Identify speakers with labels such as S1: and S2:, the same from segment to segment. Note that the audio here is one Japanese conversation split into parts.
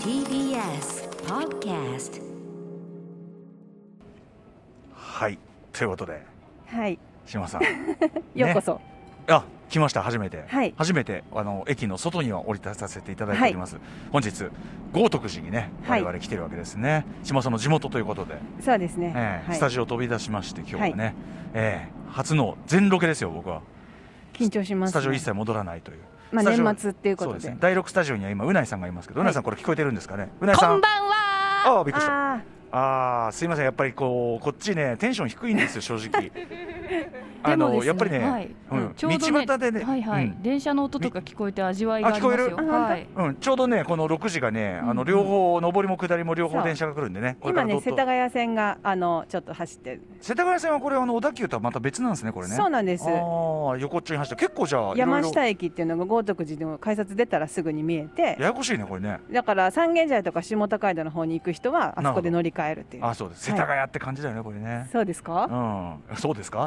S1: TBS Podcast
S2: はいということで
S3: はい、
S2: 島さん
S3: ようこそ。
S2: あ来ました初めて、
S3: はい
S2: 初めてあの駅の外には降り立たせていただいております、本日豪徳寺にね
S3: は
S2: 我
S3: い
S2: 々来てるわけですね、島さんの地元ということで、
S3: そうですね。
S2: えー
S3: はい
S2: スタジオ飛び出しまして今日はね、えー初の全ロケですよ僕は
S3: 緊張します、
S2: スタジオ一切戻らないという
S3: まあ、
S2: スタジオ
S3: 年末っていうこ
S2: そう
S3: と
S2: で
S3: で。
S2: すね第6スタジオには今うないさんがいますけど、うないさんこれ聞こえてるんですかねうないさ
S1: こ
S2: ん
S1: んばんは
S2: ああびっくりした
S3: あ
S2: あーすいませんやっぱりこうこっちねテンション低いんですよ正直あ
S4: でも
S2: の、
S4: ですね
S2: やっぱりね、
S4: はい
S2: うん、
S4: ちょうど
S2: 道
S4: ね
S2: 端でね、
S4: はいはい、
S2: うん
S4: 電車の音とか聞こえて味わいがあります
S2: あ聞
S4: よ。
S2: こ
S3: える
S4: はい、
S2: うんちょうどねこの6時がね、あ
S4: うんう
S2: の
S4: ん
S2: 両方上りも下りも両
S3: そ
S2: 方
S3: う
S2: 電車が来るんでね
S3: あ、今ね、
S2: これ
S3: 世
S2: から
S3: 田
S2: どっと
S3: 谷線が、あの、ちょっと走ってる。
S2: 世田谷線はこれあの小田急とはまた別なんですねこれね
S3: そう
S2: う
S3: なんで。
S2: ですああ横っちょに走って結構じゃあ
S3: 山
S2: いろいろ
S3: 下駅っていうのが豪徳寺の改札出たらすぐに見えて。
S2: ややこしいねこれね
S3: だから三軒茶屋とか下高井戸の方に行く人はあそこで乗り換えるっていう
S2: あそうです世
S3: はい
S2: 田谷って感じだよねこれね、
S3: そうですか、
S2: うんそうですか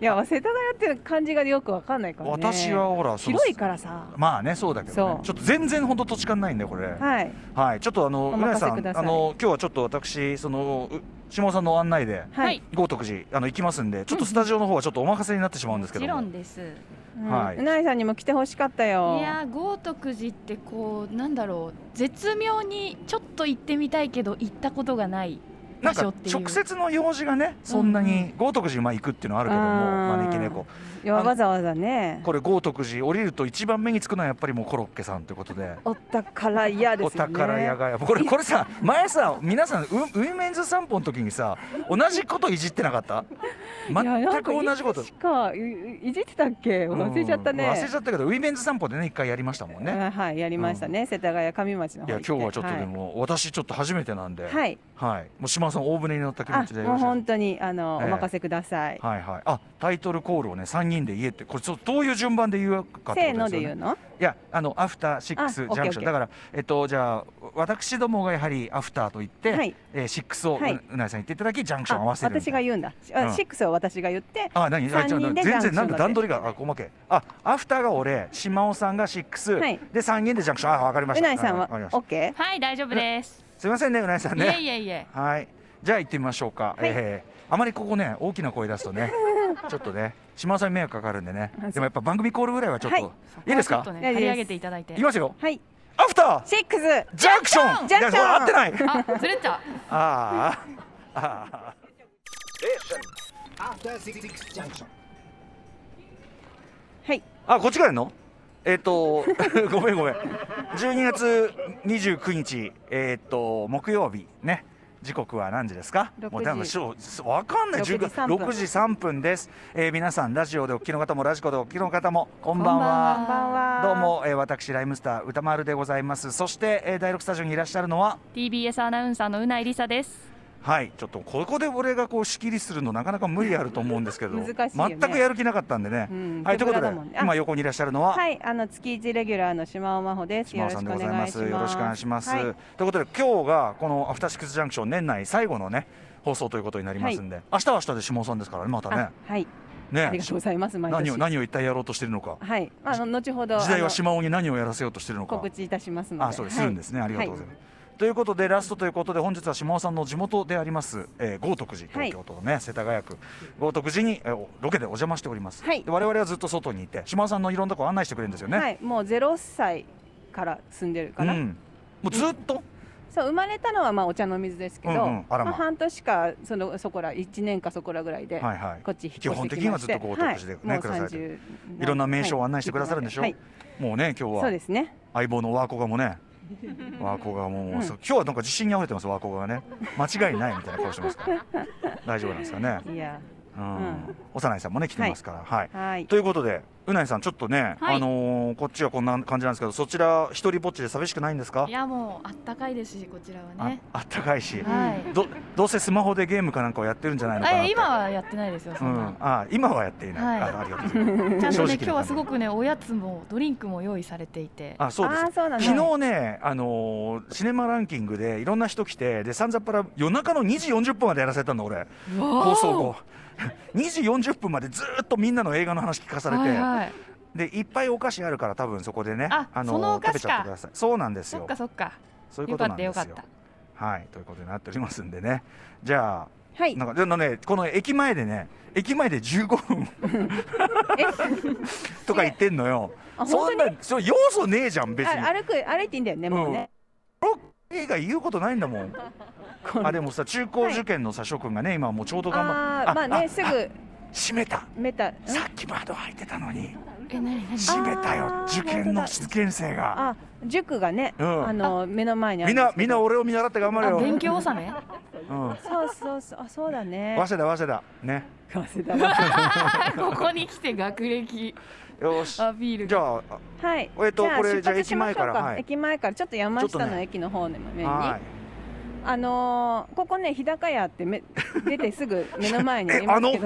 S3: いや世田谷って感じがよくわかんないからね
S2: 私はほらその
S3: 広いからさ
S2: まあねそうだけど、ね
S3: そ、う
S2: ちょっと全然本当土地勘ないんでこれ
S3: はい
S2: はい、ちょっとあの
S3: お
S2: 浦
S3: 任
S2: 井
S3: せ
S2: さ
S3: く
S2: ん、
S3: だ
S2: あ
S3: さい
S2: の今日はちょっと私そのう下尾さんの案内で
S3: はい、
S2: 豪徳寺あの行きますんで、ちょっとスタジオの方はちょっとお任せになってしまうんですけど
S4: もち
S2: も
S4: ろんです。い
S3: うん
S2: はいう
S3: ないさんにも来てほしかったよ
S4: やー、豪徳寺ってこうなんだろう、絶妙にちょっと行ってみたいけど行ったことがない
S2: なん
S4: 場所
S2: か
S4: っていう。
S2: 直接の用事がね、そんな
S4: うん
S2: に豪徳寺まあ行くっていうのはあるけども、
S3: うん
S2: 招き猫。
S3: いやわざわざね
S2: これ豪徳寺降りると一番目につくのはやっぱりもうコロッケさんということで。
S3: お宝屋で
S2: お
S3: すよね
S2: 宝屋がこ れこれさ前さ皆さんウウィメンズ散歩の時にさ同じこといじってなかった全く同じこと
S3: しかいいじってたっけ忘れちゃったね、
S2: うん忘れちゃったけどウィメンズ散歩でね一回やりましたもんね
S3: あはいやりましたね、世田谷上町の
S2: い
S3: 方
S2: や
S3: 行て
S2: 今日はちょっとでも、私ちょっと初めてなんで、
S3: はい、はい
S2: はいもう島田さん大船に乗った気持
S3: あ
S2: ちでよ
S3: も
S2: ろ
S3: う
S2: しいです
S3: 本当にあの、
S2: ええ
S3: お任せください、
S2: はいはいあタイトルコールをね三人で言えってこれちょっとどういう順番で言うかってことです
S3: せー
S2: よ、ね、
S3: ので言うの
S2: いやあのアフターシックスジ
S3: あオッケー
S2: ャンクション
S3: オッケー
S2: だからえっとじゃあ私どもがやはりアフターと言って、
S3: はい
S2: えーシックスをう,、
S3: はいう
S2: なぎさん言っていただきジャンクシ
S3: あ
S2: ョンを合わせるみた
S3: 私
S2: いな
S3: が言うんだ、
S2: う
S3: あ
S2: ん
S3: シックスを私が言って
S2: あ何あちょ
S3: 三人で
S2: ちょ全
S3: ジャンクショ
S2: 然
S3: ン
S2: なんか
S3: だね
S2: 段取りがあ細けいあアフターが俺島尾さんがシックス、
S3: はい
S2: で三人でジャンクションあわかりまし
S3: う
S2: た
S3: ないさん
S2: いわ
S3: は
S2: かりました
S3: OK
S4: はい、大丈夫です。
S2: すいませんねうないさん
S4: い え
S2: ね
S4: いえいえ。
S2: はいじゃあ行ってみましょうか、
S3: はい
S2: えーあまりここね大きな声出すとねちょっとね島尾さんに迷惑かかるんでね
S3: あそう
S2: でもやっぱ番組コールぐらいはちょっと、
S3: はい
S2: いいですか
S4: ちょっとね、
S3: いいです
S4: 張り上げていただいて
S2: いき。ますよ
S3: はい
S2: アフター
S3: シックス
S2: ジャンクション
S3: ジャンクション
S2: いやこれ合 ってない
S4: あ、ずれた。
S2: あーあー
S5: After Six Junction.
S3: はい
S2: あこっちからやんのえっ、と ごめんごめん12月29日えっ、と木曜日ね時刻は何時ですか
S3: 6時
S2: もう多分しょうわかんない
S3: 6時
S2: 10
S3: 3分
S2: 6時3分です、えー皆さんラジオでお聞きの方もラジコでお聞きの方もこんばんは
S4: こんば
S3: こん
S4: んは
S3: ばんは
S2: どうも、えー私ライムスター歌丸でございますそして、えー第6スタジオにいらっしゃるのは
S4: TBS アナウンサーのうないりさです。
S2: はいちょっとここで俺がこう仕切りするのなかなか無理あると思うんですけど
S3: 難しいよね
S2: 全くやる気なかったんでね、
S3: うん
S2: はいということ
S3: 手ぶら
S2: で
S3: だもんねあ
S2: 今横にいらっしゃるのは、
S3: はい、あの月一レギュラーの島尾真帆です。
S2: 島尾
S3: よろし
S2: さん
S3: く
S2: で
S3: お
S2: ござい
S3: 願
S2: ま
S3: いします
S2: す。よろしくお願いします。
S3: はい、
S2: ということで今日がこのアフターシックスジャンクション年内最後のね放送ということになりますんで、明日は明日で下尾さんですからねまたね
S3: あはい、 あ
S2: ね
S3: りがとうございます。毎
S2: 何を
S3: 年。
S2: 何を一体やろうとしてるのか
S3: はい、あの後ほど
S2: 時代
S3: あ
S2: は
S3: の
S2: 島尾に何をやらせようとしてるのか
S3: 告知いたしますので。。
S2: あそうです、するんですねありがとうございますす。ということでラストということで本日は島尾さんの地元であります、えー、豪徳寺
S3: はい
S2: 東京都のね、世田谷区豪徳寺に、えーおロケでお邪魔しております、
S3: はい
S2: で我々はずっと外にいて島尾さんのいろんなとこ案内してくれるんですよね、
S3: はい、もうゼロ歳から住んでるか
S2: う
S3: ら、
S2: ん、もうずっと、
S3: そう生まれたのはまあお茶の水ですけど、
S2: うんうんあらま
S3: あ半年かそのそこら一年かそこらぐらいで、
S2: はいはい
S3: こっち引っ
S2: 基
S3: 越し
S2: 本
S3: て
S2: 的
S3: き
S2: に
S3: ま
S2: は
S3: し、
S2: ずってと豪徳寺でね
S3: はい、
S2: くださいと
S3: い
S2: いろんな名所を案内してくださるんでしょ、
S3: はい、
S2: もうね今日
S3: そう
S2: は
S3: ですね。
S2: 相棒のワーコがも ねワーコがもう、
S3: うん
S2: そう今日はなんか自信にあふれてますワーコがね間違いないみたいな顔してますから大丈夫なんですかね、
S3: いや、
S2: うん
S3: うん
S2: 幼いさんもね来てますからはい、
S3: はい。
S2: ということでうないさんちょっとね、
S4: はい
S2: あのーこっちはこんな感じなんですけどそちら一人ぼっちで寂しくないんですか
S4: いやもうあったかいですし、こちらは
S2: あ
S4: ね。
S2: あったかいし、
S4: はい。
S2: どどうせスマホでゲームかなんかをやってるんじゃないのかな
S4: あ
S2: って
S4: 今はやってないですよ、
S2: う
S4: そん
S2: ん
S4: な。、
S2: あ今はやっていない、
S4: はい
S2: あありがとうございます 正直
S4: ちゃんとね
S2: な感じ
S4: 今日はすごくねおやつもドリンクも用意されていて
S2: あそうです
S3: あーそうなんだ
S2: 昨日ね、あのーシネマランキングでいろんな人来て、で、さんざっぱら夜中の2時40分までやらせたの、俺、放送後。2時40分までずーっとみんなの映画の話聞かされて、
S4: はいはい
S2: でいっぱいお菓子あるから多分そこでね
S4: あそのお菓
S2: 食べ
S4: 子か
S2: ちゃってくださいそうなんです
S4: そっ
S2: よ
S4: かそっか
S2: そういう
S4: よ
S2: ことな
S4: かっ
S2: ん
S4: た
S2: で
S4: よかっ
S2: すよ
S4: た
S2: はいということになっておりますんでねじゃあ
S3: はい
S2: なんかであのねこの駅前でね駅前で15分 とか言ってんのよ
S3: あ
S2: そ
S3: 本
S2: ん
S3: 当
S2: な
S3: に
S2: それ要素ねえじゃん別に
S3: あ歩く歩いていいんだよねもうね、
S2: ロッキーが言うことないんだもん
S3: この
S2: あでもさ中高受験のさ諸君がね今もうちょうど頑張
S3: あーまあねすぐ
S2: 閉めた
S3: メタん
S2: さっき窓開いてたのに
S4: え何何
S2: 閉めたよ
S3: あー
S2: 受験の
S3: 本当だ
S2: 受験生が
S3: あ塾がね、
S2: うん
S3: あの目の前にあ
S2: みん
S3: るで
S2: な
S3: すけ
S2: みん
S3: ど
S2: な俺を見習って頑張れ
S4: あ
S2: よ、
S4: 勉強納め
S2: うん、
S3: そうそうそうあそうだ ね
S2: 早稲田早稲田ね
S3: 早稲田は
S4: ここに来て学歴
S2: よし
S4: アピール
S2: じ
S4: が
S2: ゃあ
S3: はい
S2: えっとこれ
S3: 出発しましょ
S2: じゃあ駅前
S3: う
S2: からはい
S3: 駅前からちょっと山
S2: ちょっ
S3: 下
S2: と
S3: の
S2: ね
S3: 駅の方の面に、
S2: はい
S3: あのーここね日高屋ってめ出てすぐ目の前にあ
S2: え
S3: り
S2: あ
S3: ま
S2: の
S3: すけ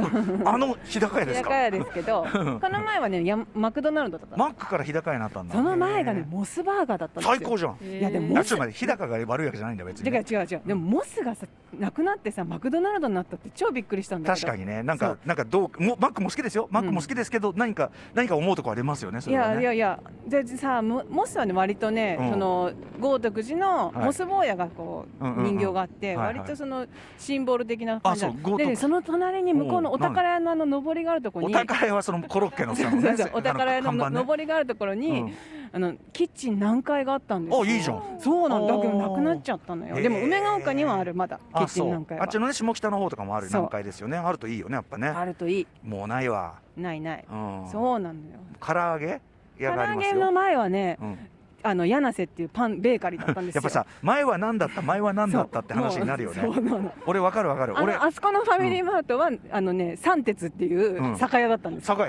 S3: ど
S2: あの日高屋で
S3: 日
S2: す
S3: 高
S2: か
S3: 屋ですけどこの前はねやマクドナルドだったの
S2: マックから日高屋になったんだ
S3: その前が
S2: へー
S3: ねモスバーガーだったんですよ
S2: 最高じゃん
S4: い
S3: いやでも
S2: あちょっと待って日高が悪いわけじゃないんだよ別にね
S3: だから違う違うでもモスがさなくなってさマクドナルドになったって超びっくりしたんだけ
S2: 確か
S3: ど
S2: にねなん
S3: そ
S2: か
S3: う
S2: なんかどうもマックも好きですよマックも好きですけど、何か何か思うとこありますよねそ
S3: い
S2: れは
S3: や
S2: ね
S3: いやいやでさモモスはね割とね、
S2: うん
S3: その豪徳寺の
S2: はい
S3: モス坊やがこう、
S2: うんうんうん
S3: 人形があって、
S2: はいはい
S3: 割とそのシンボル的な感じなの
S2: あそう豪徳
S3: でねその隣に向こうの
S2: おう
S3: お宝屋のあの上りがあるところ
S2: お
S3: に
S2: 宝屋はそのコロッケのさ
S3: そうそうそう
S2: あ
S3: お宝屋の
S2: 看板ね
S3: の上りがあるところに、あのキッチン何階があったんですよ
S2: あいいじゃん
S3: そうなんだ
S2: おー
S3: けどなくなっちゃったのよ
S2: へー
S3: でも梅ヶ丘にはあるまだキ
S2: あ
S3: ッチ
S2: そ
S3: ン
S2: う
S3: 何階
S2: あ
S3: は
S2: っちのね下北の方とかもある
S3: そう
S2: 南海ですよねあるといいよねやっぱね
S3: あるといい
S2: もうないわ
S3: ないない
S2: うん
S3: そうなのよ
S2: 唐揚げ
S3: 唐
S2: 屋があり
S3: 揚
S2: ま
S3: げ
S2: す
S3: の
S2: よ
S3: 前はね
S2: うん
S3: あの柳瀬っていうパンベーカリーだったんです
S2: や
S3: よ
S2: っぱさ前は何だった前は何だったって話
S3: そう
S2: になるよね
S3: もうそうなの
S2: 俺わかるわかる
S3: あ
S2: 俺
S3: のあそこのファミリーマートは、あのね三鉄っていう
S2: うん
S3: 酒屋だったんですよ、
S2: 酒へ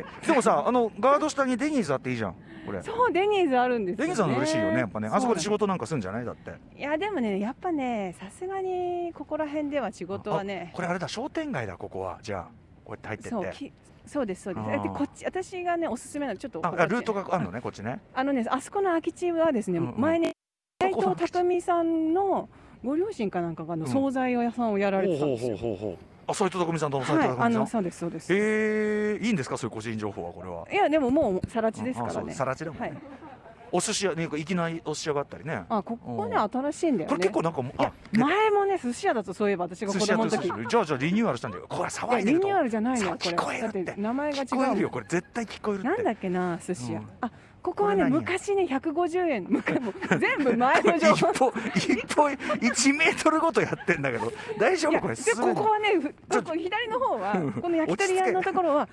S2: えでもさあのガード下にデニーズあっていいじゃん俺
S3: そうデニーズあるんです
S2: デ
S3: よ、ね、
S2: ニーズあるの嬉しいよねやっぱね
S3: うなの
S2: あそこで仕事なんかするんじゃないだって
S3: いやでもねやっぱねさすがにここら辺では仕事は
S2: あ
S3: ね
S2: これあれだ商店街だここはじゃあこうやって入って
S3: そう
S2: って
S3: きそうですそうです
S2: あー
S3: でこっち私がねおすすめなのちょっと
S2: あ
S3: ここ
S2: あルート
S3: こっ
S2: があるのねこっちね
S3: ちあのねあそこの空き地はですね、
S2: うんうん
S3: 前ね
S2: ど
S3: 斎
S2: この
S3: 藤
S2: 空き地
S3: 匠さんのご両親かなんかがあの
S2: うん
S3: 惣菜屋さんをやられてたんですよ、
S2: ほうほうあ斎藤匠さんとも斎
S3: は
S2: 藤
S3: いあ
S2: 匠さん
S3: のそうですそうです、
S2: へえいいんですかそういう個人情報はこれはい
S3: やでももうさら地です
S2: う
S3: から
S2: んあそう
S3: ね
S2: さら地だもんね
S3: はい
S2: お寿司屋ねいきなりお寿司屋があったりね
S3: あここね
S2: うん
S3: 新しいんだよね
S2: これ結構なんかもう
S3: い
S2: あ
S3: や前もね寿司屋だとそういえば私が子
S2: 寿司屋
S3: 供
S2: と
S3: の
S2: 寿司
S3: 時
S2: じゃあじゃあリニューアルしたんだよこれ
S3: いや
S2: 騒いで
S3: リ
S2: る
S3: ニ
S2: と
S3: ューアルじゃない
S2: さあ
S3: よこれ
S2: 聞こえる
S3: だ
S2: っ
S3: ってて名前が違
S2: 聞こえる
S3: う
S2: よこれ絶対聞こえるって
S3: なんだっけな寿司屋、
S2: うん
S3: あここはね
S2: これ何
S3: 昔ね150円 昔もう全部前
S2: これ
S3: の情
S2: 一
S3: 報
S2: 歩一歩1メートルごとやってんだけど大丈夫
S3: いや
S2: これ
S3: ですここはねふ
S2: ちょっと
S3: ここ左の方は
S2: うん
S3: この焼き鳥屋のところは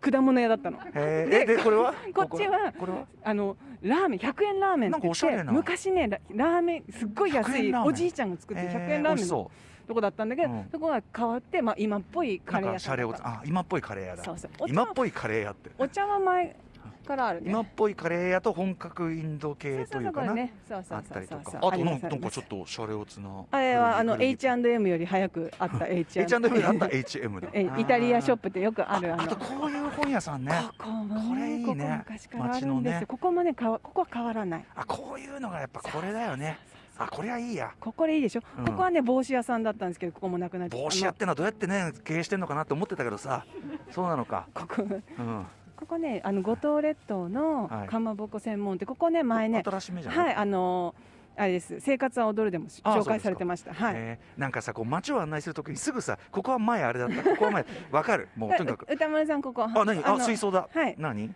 S3: 果物屋だったの
S2: えーえでこれは
S3: こっちは
S2: これは
S3: あのラーメン100円ラーメンっ
S2: な
S3: て
S2: んかお
S3: 言
S2: しゃ
S3: っ
S2: れ
S3: て
S2: な
S3: 昔ねララーメンすっごい安
S2: 100円
S3: い
S2: ラーメン
S3: おじいちゃんが作ってる100円ラー
S2: え
S3: メ
S2: 美味
S3: ン
S2: し
S3: の
S2: そ
S3: とこだったんだけど、
S2: うん
S3: そこが変わって、まあ、今っぽいうカレー
S2: なん
S3: 屋
S2: かシ
S3: さ
S2: ャ
S3: ん
S2: レ
S3: だ
S2: を
S3: った
S2: あ今っぽいカレー屋だ
S3: そうそうお茶
S2: 今っ
S3: は
S2: ぽいカレー屋って
S3: お茶は前からあるね
S2: 今っぽいカレー屋と本格インド
S3: そ
S2: 系
S3: うそ
S2: と
S3: う
S2: い
S3: そうう
S2: か
S3: これ
S2: な
S3: ねそうそ
S2: あ
S3: う
S2: っ
S3: そ
S2: た
S3: う
S2: り
S3: そ
S2: と
S3: う
S2: か
S3: そう
S2: あとなん
S3: ります
S2: なんか
S3: り
S2: ちょっとシャレオツな
S3: ますあれはあの
S2: 古着
S3: H&M より早くあった H&M
S2: H&M であった H&M だ
S3: えイタリアショッ
S2: プ
S3: プってよくあるあ
S2: あ
S3: の
S2: とこういう本屋さんね
S3: ここも
S2: これいいね
S3: ここ昔からあるん
S2: 街
S3: で
S2: の
S3: す
S2: ね
S3: よここもねかわここは変わらない
S2: あこういうのがやっぱこれだよねあこれはいいや
S3: ここでいいでしょ
S2: うん
S3: ここはね帽子屋さんだったんですけどここもなくなっちゃった
S2: 帽子屋ってのはどうやってね経営してんのかなって思ってたけどさそうなのか
S3: あのここ
S2: うん
S3: ここねあの五島列島の
S2: はい
S3: かまぼこ専門店ここね前ね
S2: 新しめじゃん
S3: はいあのあれです生活は踊るでもし
S2: あそうで
S3: 紹
S2: すか
S3: 介されてましたはい
S2: えーなんかさこう街を案内するときにすぐさここは前あれだったここは前わかるもうとにかく
S3: 歌丸さんここ
S2: あ何あ
S3: の
S2: 水槽だ
S3: はい
S2: 何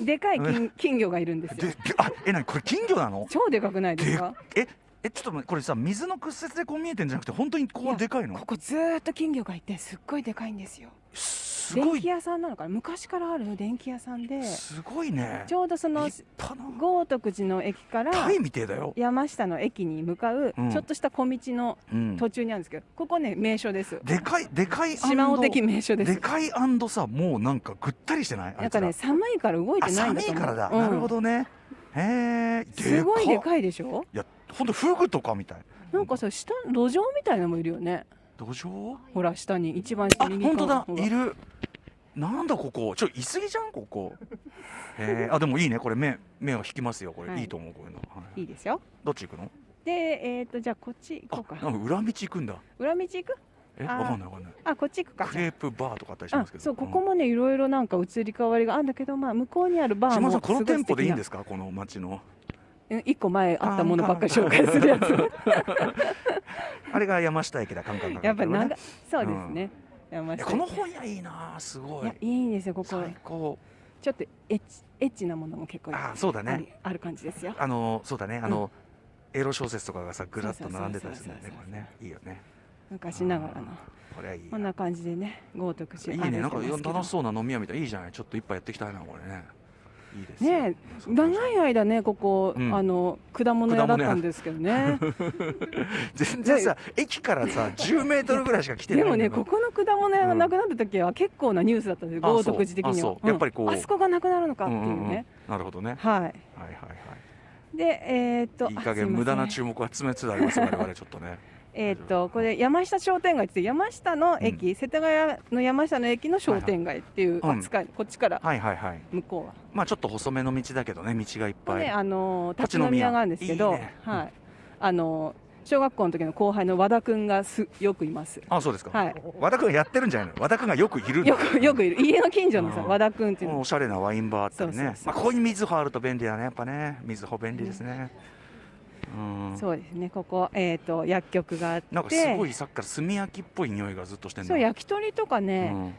S3: でかい金金魚がいるんですよ
S2: であえ何これ金魚なの
S3: 超でかくないですか
S2: ええちょっと待ってこれさ水の屈折でこう見えてんじゃなくて本当にこ
S3: いや
S2: うでかいの
S3: ここずーっと金魚がいてすっごいでかいんですよ
S2: すご
S3: 電気
S2: い
S3: 屋さんなのかな昔からある電気屋さんです
S2: ごいね
S3: ちょうどその
S2: 立派な
S3: 豪徳寺の駅から
S2: タイみてえだよ、
S3: 山下の駅に向かう
S2: うん
S3: ちょっとした小道の
S2: うん、
S3: 途中にあるんですけどここね名所です
S2: でかいでかい
S3: 島尾的名所で
S2: ですかいさもうなんかぐったりしてないあ
S3: ないん
S2: つ
S3: からね寒いから動い
S2: あ
S3: てないん
S2: 寒
S3: だと
S2: い
S3: 思う
S2: からだ、
S3: うん
S2: なるほどねへえ
S3: すごいで
S2: い
S3: かいでしょ
S2: いやほんとフグとかみたい
S3: なんかさ下路上みたいなのもいるよね
S2: 土壌
S3: ほら下に一番
S2: あ
S3: 下右側
S2: 本当だ
S3: ほら
S2: いるなんだここちょいすぎじゃんここへえあでもいいねこれ目目を引きますよこれ、、
S3: はいい
S2: いと思うこういうの、はい
S3: いいですよ
S2: どっち行くの
S3: でえっとじじゃあこっち行こう
S2: あな
S3: か
S2: んか裏道行くんだ
S3: 裏道行く
S2: え
S3: あー
S2: わかんないわかんない
S3: あこっち行くか
S2: クレープバーとかあったりし
S3: あ
S2: ますけど
S3: そうここもねいろいろなんか移り変わりがあるんだけど、まあ、向こうにあるバー
S2: 島
S3: も
S2: 田さんこの店舗でいいんですすかこの町の
S3: ごい素敵なうん一個前あったものばっかり紹介するやつ
S2: あれが山下駅だカンカンカンカン
S3: やっぱ長
S2: ね
S3: いそうですね、山
S2: いや
S3: 下
S2: この本屋いいなすご
S3: い
S2: い
S3: やいいんですよここ
S2: 最高
S3: ちょっとエッチエッチなものも結構いっぱい
S2: あそうだ
S3: あ
S2: ね
S3: るある感じですよ
S2: あのそうだねあの、エロ小説とかがさぐらっと並んでたりするんだ
S3: そう
S2: よね
S3: そう
S2: こ
S3: そう
S2: れねいいよね
S3: 昔ながらの
S2: これはいい
S3: こんな感じでね豪徳
S2: い
S3: 寺
S2: い
S3: 歩
S2: ねなん
S3: て
S2: か
S3: ますけど
S2: 楽しそうな飲み屋みたいいいじゃないちょっと一杯やっていきたいなこれねいいですよ
S3: ね
S2: そうそう
S3: 長い間ねここ、
S2: うん
S3: あの果物屋だったんですけどね
S2: 全然さ駅からさ10メートルぐらいしか来てない
S3: で
S2: んだ
S3: も
S2: よ
S3: ねここの果物屋がなくなった時は結構なニュースだったんですよ、
S2: あ
S3: 豪徳寺的に
S2: そうあ
S3: は
S2: そうやっぱりこうん
S3: あそこがなくなるのかっていうね、
S2: んんんなるほどね
S3: は
S2: はいはい
S3: いでえー、っと
S2: はいいい
S3: あ
S2: 加
S3: す
S2: 減
S3: ません
S2: 無駄な注目は詰めつつあります我々ちょっとね
S3: えー、っとこれ山下商店街って山下の駅、世田谷の山下の駅の商店街っていう
S2: はいはい
S3: 扱い、こっちから
S2: はいはいはい
S3: 向こうは、
S2: まあちょっと細めの道だけどね道がいっ
S3: こ
S2: ぱ
S3: れ
S2: い、
S3: ねあのー
S2: 立
S3: 立
S2: ち
S3: ち
S2: 飲
S3: 飲
S2: み
S3: み
S2: 屋
S3: 屋があるんですけ
S2: い
S3: ど
S2: いね
S3: は
S2: う
S3: いあのー小学校の時の後輩の和田くんがすよくいます
S2: あそうですか、
S3: はい
S2: 和田君やってるんじゃないの和田君がよくいるんだ
S3: よくよくいる家の近所のさ
S2: うん
S3: 和田くんっていう
S2: もう
S3: の
S2: おしゃれなワインバーあったりね
S3: そうそうそう
S2: まあ、ここに水穂あると便利だねやっぱね水穂便利ですね、うん
S3: そうですねここえー、っと薬局があって
S2: なんかすごいさっきから炭焼きっぽい匂いがずっとしてる
S3: そう焼き鳥とかね、
S2: うん、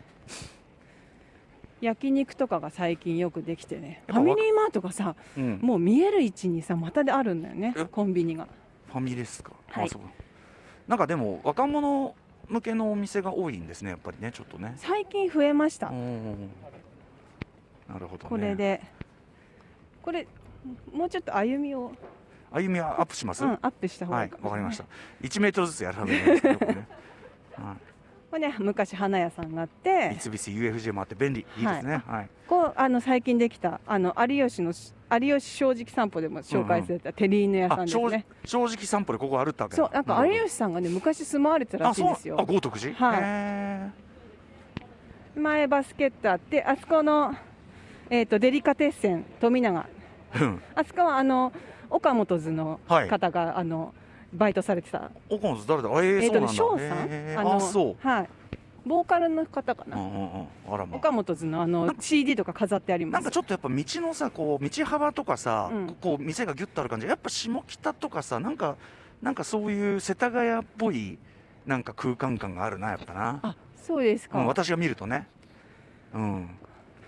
S3: 焼肉とかが最近よくできてね
S2: や
S3: フ
S2: っぱ
S3: ァ
S2: わ
S3: ミリーマートがさ
S2: うん
S3: もう見える位置にさまたであるんだよね
S2: え
S3: コンビニが
S2: ファミレスか、
S3: はい
S2: あそうなんかでも若者向けのお店が多いんですねやっぱりねちょっとね
S3: 最近増えました、
S2: おーなるほど、ね、
S3: これでこれもうちょっと歩みを、
S2: 歩みはアップします、
S3: うん、アップした方が
S2: はい
S3: い
S2: い
S3: かも
S2: わかりまし
S3: ね
S2: た1メートルずつやるはずなんですけどこれ ね、は
S3: これね昔花屋さんがあっ
S2: い、
S3: て
S2: 三菱 UFJ もあって便利いいですねはい、
S3: こうあの最近できたあの有吉の有吉正直散歩でも紹介されたテリーヌ屋さ
S2: あ
S3: んですね、
S2: 正正直散歩でここ歩ったわけだ
S3: そうなんか有
S2: る
S3: 吉さんがね昔住まわれてた
S2: ほど
S3: らしいんです
S2: あそう
S3: よ
S2: あ豪徳寺
S3: はい
S2: へ
S3: 前バスケットあってあそこの、えー、とデリカテッセン富永
S2: ーうん
S3: あそこはあの岡本図の
S2: はい
S3: 方が、あのバイトされてた、
S2: 岡本誰だあえー、
S3: えっ
S2: そうな
S3: とね
S2: んだ
S3: 翔さん、
S2: へ
S3: あ
S2: ー
S3: の
S2: あそう
S3: はい、ボーカルの方か
S2: う
S3: な、
S2: んうんうんあらま
S3: 岡本図のあの CD とか飾ってあり
S2: な
S3: ま
S2: ん
S3: す。
S2: かちょっとやっぱ道のさこう道幅とかさ、
S3: うん
S2: こう店がギュッとある感じやっぱ下北とかさなんかなんかそういう世田谷っぽいなんか空間感があるなやっぱな、
S3: あそうですか、
S2: うん、私が見るとねうん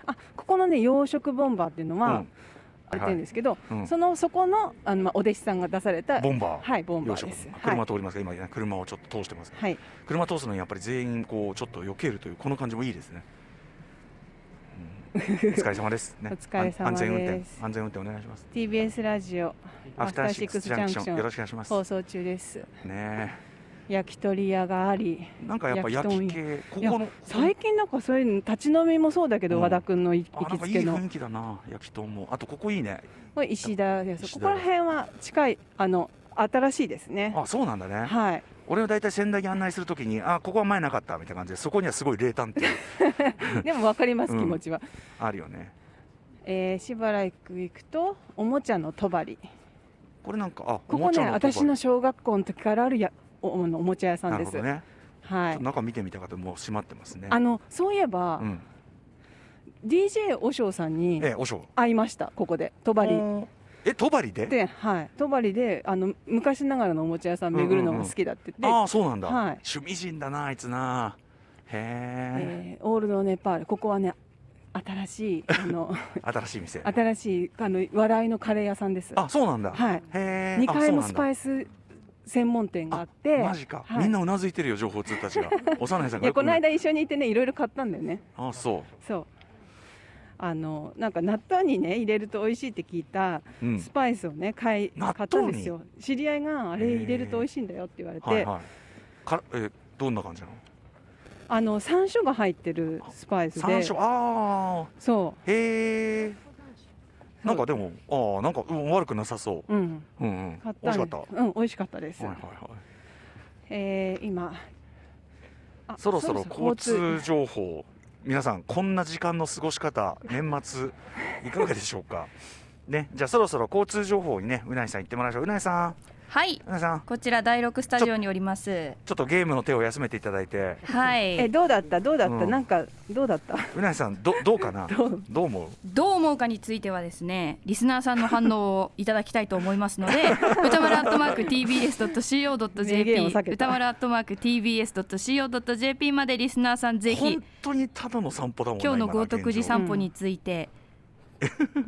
S3: あここのね洋食ボンバーっていうの
S2: う
S3: は
S2: ん
S3: あってるんですけど、
S2: うん
S3: そのそこのあの、まあ、お弟子さんが出された
S2: ボンバー、
S3: はいボンバ
S2: 洋
S3: ー
S2: 食
S3: です。はい
S2: 車通りますが、今ね車をちょっと通してます
S3: はい、
S2: 車通すのにやっぱり全員こうちょっと避けるというこの感じもいいですね、うんお疲れ様 です、ね、
S3: お疲れ様です
S2: 安全運転安全運転お願いします
S3: TBS ラジオ
S2: アフターシックスジャンクションよろしくお願いします
S3: 放送中です。
S2: ね
S3: 焼き鳥屋があり、
S2: えなんかやっぱ焼き
S3: 焼き
S2: 系こ
S3: 屋
S2: この
S3: 最近なんかそういうの立ち飲みもそうだけど、
S2: うん
S3: 和田君の行
S2: あな
S3: き
S2: んか
S3: つ
S2: いい
S3: けの
S2: 雰囲気だな焼き豚もあとここいいね
S3: これ石田屋さん
S2: 石
S3: こ
S2: 田
S3: こ
S2: 屋
S3: ら辺は近いあの新しいですね
S2: あそうなんだね、
S3: はい
S2: 俺は大体仙台に案内するときにあここは前なかったみたいな感じでそこにはすごい冷淡っていう
S3: でも分かりま す
S2: うん
S3: 気持ちは、
S2: あるよね
S3: えーしばらく行くとおもちゃのとばり
S2: これなんかあ
S3: こ
S2: お
S3: こ
S2: もち
S3: ね
S2: ゃとこ
S3: 私の小学校の時からあるやおおのおもちゃ屋さん
S2: な
S3: で
S2: るほ
S3: す、
S2: どね、
S3: は
S2: ちょっ
S3: い
S2: と中見てみたかったもう閉まってますね
S3: あのそういえば、
S2: うん
S3: DJ おしょうさんに
S2: ええおしょう
S3: 会いましたここでとばり
S2: おーえとばりで
S3: ではいとばりであの昔ながらのおもちゃ屋さん巡るのが好きだって言って、
S2: ああそうなんだ、
S3: はい
S2: 趣味人だなあいつなへ
S3: えーオールドネパールここはね新しいあ の
S2: え新しい店
S3: 新しいあの話題のカレー屋さんです
S2: あそうなんだ、
S3: はい
S2: へえ
S3: 2階もスパ
S2: イ
S3: イス専門店があって
S2: マジか、
S3: はい
S2: みんなうなずいてるよ情報通たち が幼いさん
S3: い
S2: が
S3: やこの間一緒にいてねいろいろ買ったんだよね
S2: あそう
S3: そうあのなんか納豆にね入れると美味しいって聞いた
S2: うん
S3: スパイスをね買い買
S2: 納豆に
S3: ったんですよ知り合いがあれ入れると美味しいんだよって言われて、
S2: はいはい、かえーどんな感じなの
S3: あの山椒が入ってるスパイス
S2: 山
S3: で
S2: 椒あ
S3: そ
S2: あへえなんかでもああなんか、うん、悪くなさそう
S3: ううん
S2: う、うんうん、
S3: 買っ
S2: 美
S3: た
S2: 味しか
S3: んで
S2: ったは
S3: うん美味しかったです、
S2: いはいはい
S3: えー今あ
S2: そろそろ交通情報皆さんこんな時間の過ごし方年末 いかがでしょうかねじゃあそろそろ交通情報にねうないさん行ってもらいましょううないさん
S4: はい
S2: 皆さん
S4: こちら第6スタジオにおります
S2: ちょっとゲームの手を休めていただいて
S4: は
S3: え
S4: い
S3: どうだったどうだった、
S2: うん
S3: なんかどうだった
S2: うなぎさんどどうかな
S3: どう
S2: どう思う
S4: どう思うかについてはですねリスナーさんの反応をいただきたいと思いますの で歌丸アットマーク
S3: 名言を避けた
S4: TBS.CO.JP 歌丸アットマーク TBS.CO.JP までリスナーさんぜひ
S2: 本当にただの散歩だもんな
S4: 今日の
S2: の
S4: 豪徳寺散歩について、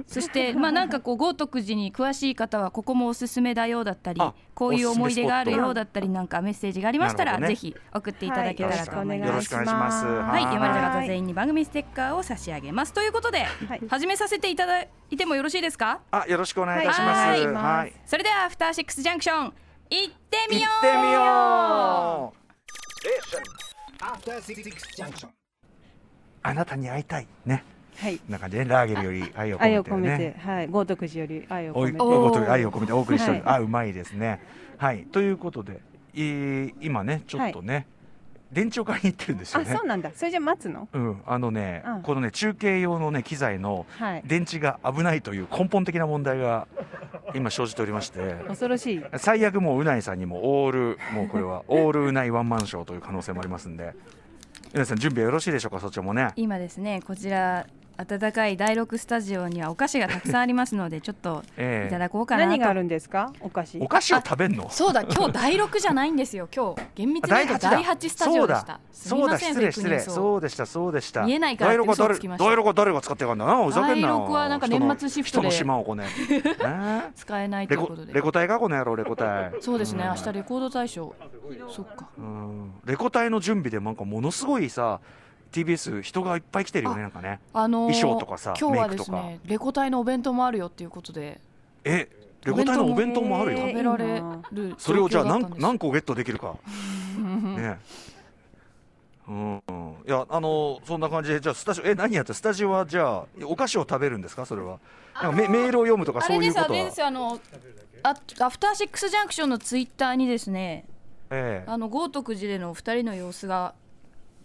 S4: そして まあなんかこう豪徳寺に詳しい方はここもおすすめだようだったり
S2: あ
S4: こういう思い出がある
S2: おすすめスポット
S4: ようだったりなんかメッセージがありました
S2: なる
S4: ら、
S2: ほどね
S4: ぜひ送っていただけたらと思い
S2: よろ
S4: ま
S2: し
S4: す。
S2: くお願いします
S4: はい、
S2: はい
S4: 読まれた方全員に番組ステッカーを差し上げますということで、
S3: はい
S4: 始めさせていただいてもよろしいですか
S2: あよろしくお願いいたします
S4: はい
S2: はい、
S3: はい
S4: それではアフターシックスジャンクション行ってみ
S2: 行
S4: よ
S2: って
S4: う
S2: みよう
S6: Station. After Six Junction.
S2: あなたに会いたいね
S3: はい
S2: なんかねラーゲルより愛を
S3: 愛を
S2: 込
S3: 込
S2: め
S3: め
S2: てね
S3: て、はい、豪徳寺より愛を
S2: お
S3: 込
S2: い
S3: めて。
S2: おこと愛を込めてお送りしておる、
S3: は
S2: あうまいですねはいということでいー今ねちょっとね、電池を買いに行ってるんですよ
S3: あ、
S2: ね
S3: そうなんだ。それじゃ待つの。
S2: うん、あのね、
S3: うん
S2: このね中継用のね機材の
S3: はい。
S2: 電池が危ないという根本的な問題が今生じておりまして
S3: 恐ろしい。
S2: 最悪もううないさんにもオールもうこれはオールうないワンマンショーという可能性もありますんでうないさん準備はよろしいでしょうかそちらもね
S4: 今ですねこちら暖かい第6スタジオにはお菓子がたくさんありますのでちょっと
S2: え
S4: いた
S2: え
S4: だこうかなと
S3: 何があるんですか。お菓子。
S2: お菓子を食べんの
S7: そうだ今日第六じゃないんですよ今日厳密に言うと
S2: あ第
S7: 第
S2: 八だ
S7: 八スタジオでしたすみ
S2: そう
S7: ま
S2: だ
S7: せん
S2: 失礼
S7: フェ
S2: 失
S7: イクニ
S2: 礼
S7: ュースを
S2: そうでしたそうでした
S7: 言えないからって
S2: 第六は
S7: 嘘つきました
S2: 誰第六は誰が使ってるかんだなおざけんな
S7: 第六はなんか年末シフトで
S2: 人の人の島を こうねね
S7: 使えないとい
S2: レ
S7: う
S2: コ
S7: ことで
S2: レコ隊かこの野郎レコ隊
S7: そうですね
S2: ん
S7: 明日レコード大賞そっか
S2: うんレコ隊の準備でなんかものすごいさ TBS 人がいっぱい来てるよね
S7: あ
S2: なんかね
S7: あのー
S2: 衣装とかさ
S7: 今日は
S2: メ
S7: で
S2: イクと
S7: す
S2: か
S7: ねレコ隊のお弁当もあるよっていうことで
S2: えレコ隊のお弁当もあるよ、
S3: えー
S7: 食べられ
S3: いいな
S7: る
S2: それをじゃあ
S7: 状況だったん
S2: 何
S7: です
S2: 何個ゲットできる かねうんいやあのそんな感じでじゃあスタジオえ何やってスタジオはじゃあお菓子を食べるんですかそれはなんかメメールを読むとか
S4: あ
S2: そう
S4: れ
S2: い
S4: で
S2: う
S4: す
S2: こ
S4: あ
S2: と
S4: れ
S2: は
S4: ですあのあアフターシックスジャンクションのツイッターにですね
S2: ええ
S4: あの豪徳寺でのお二人の様子が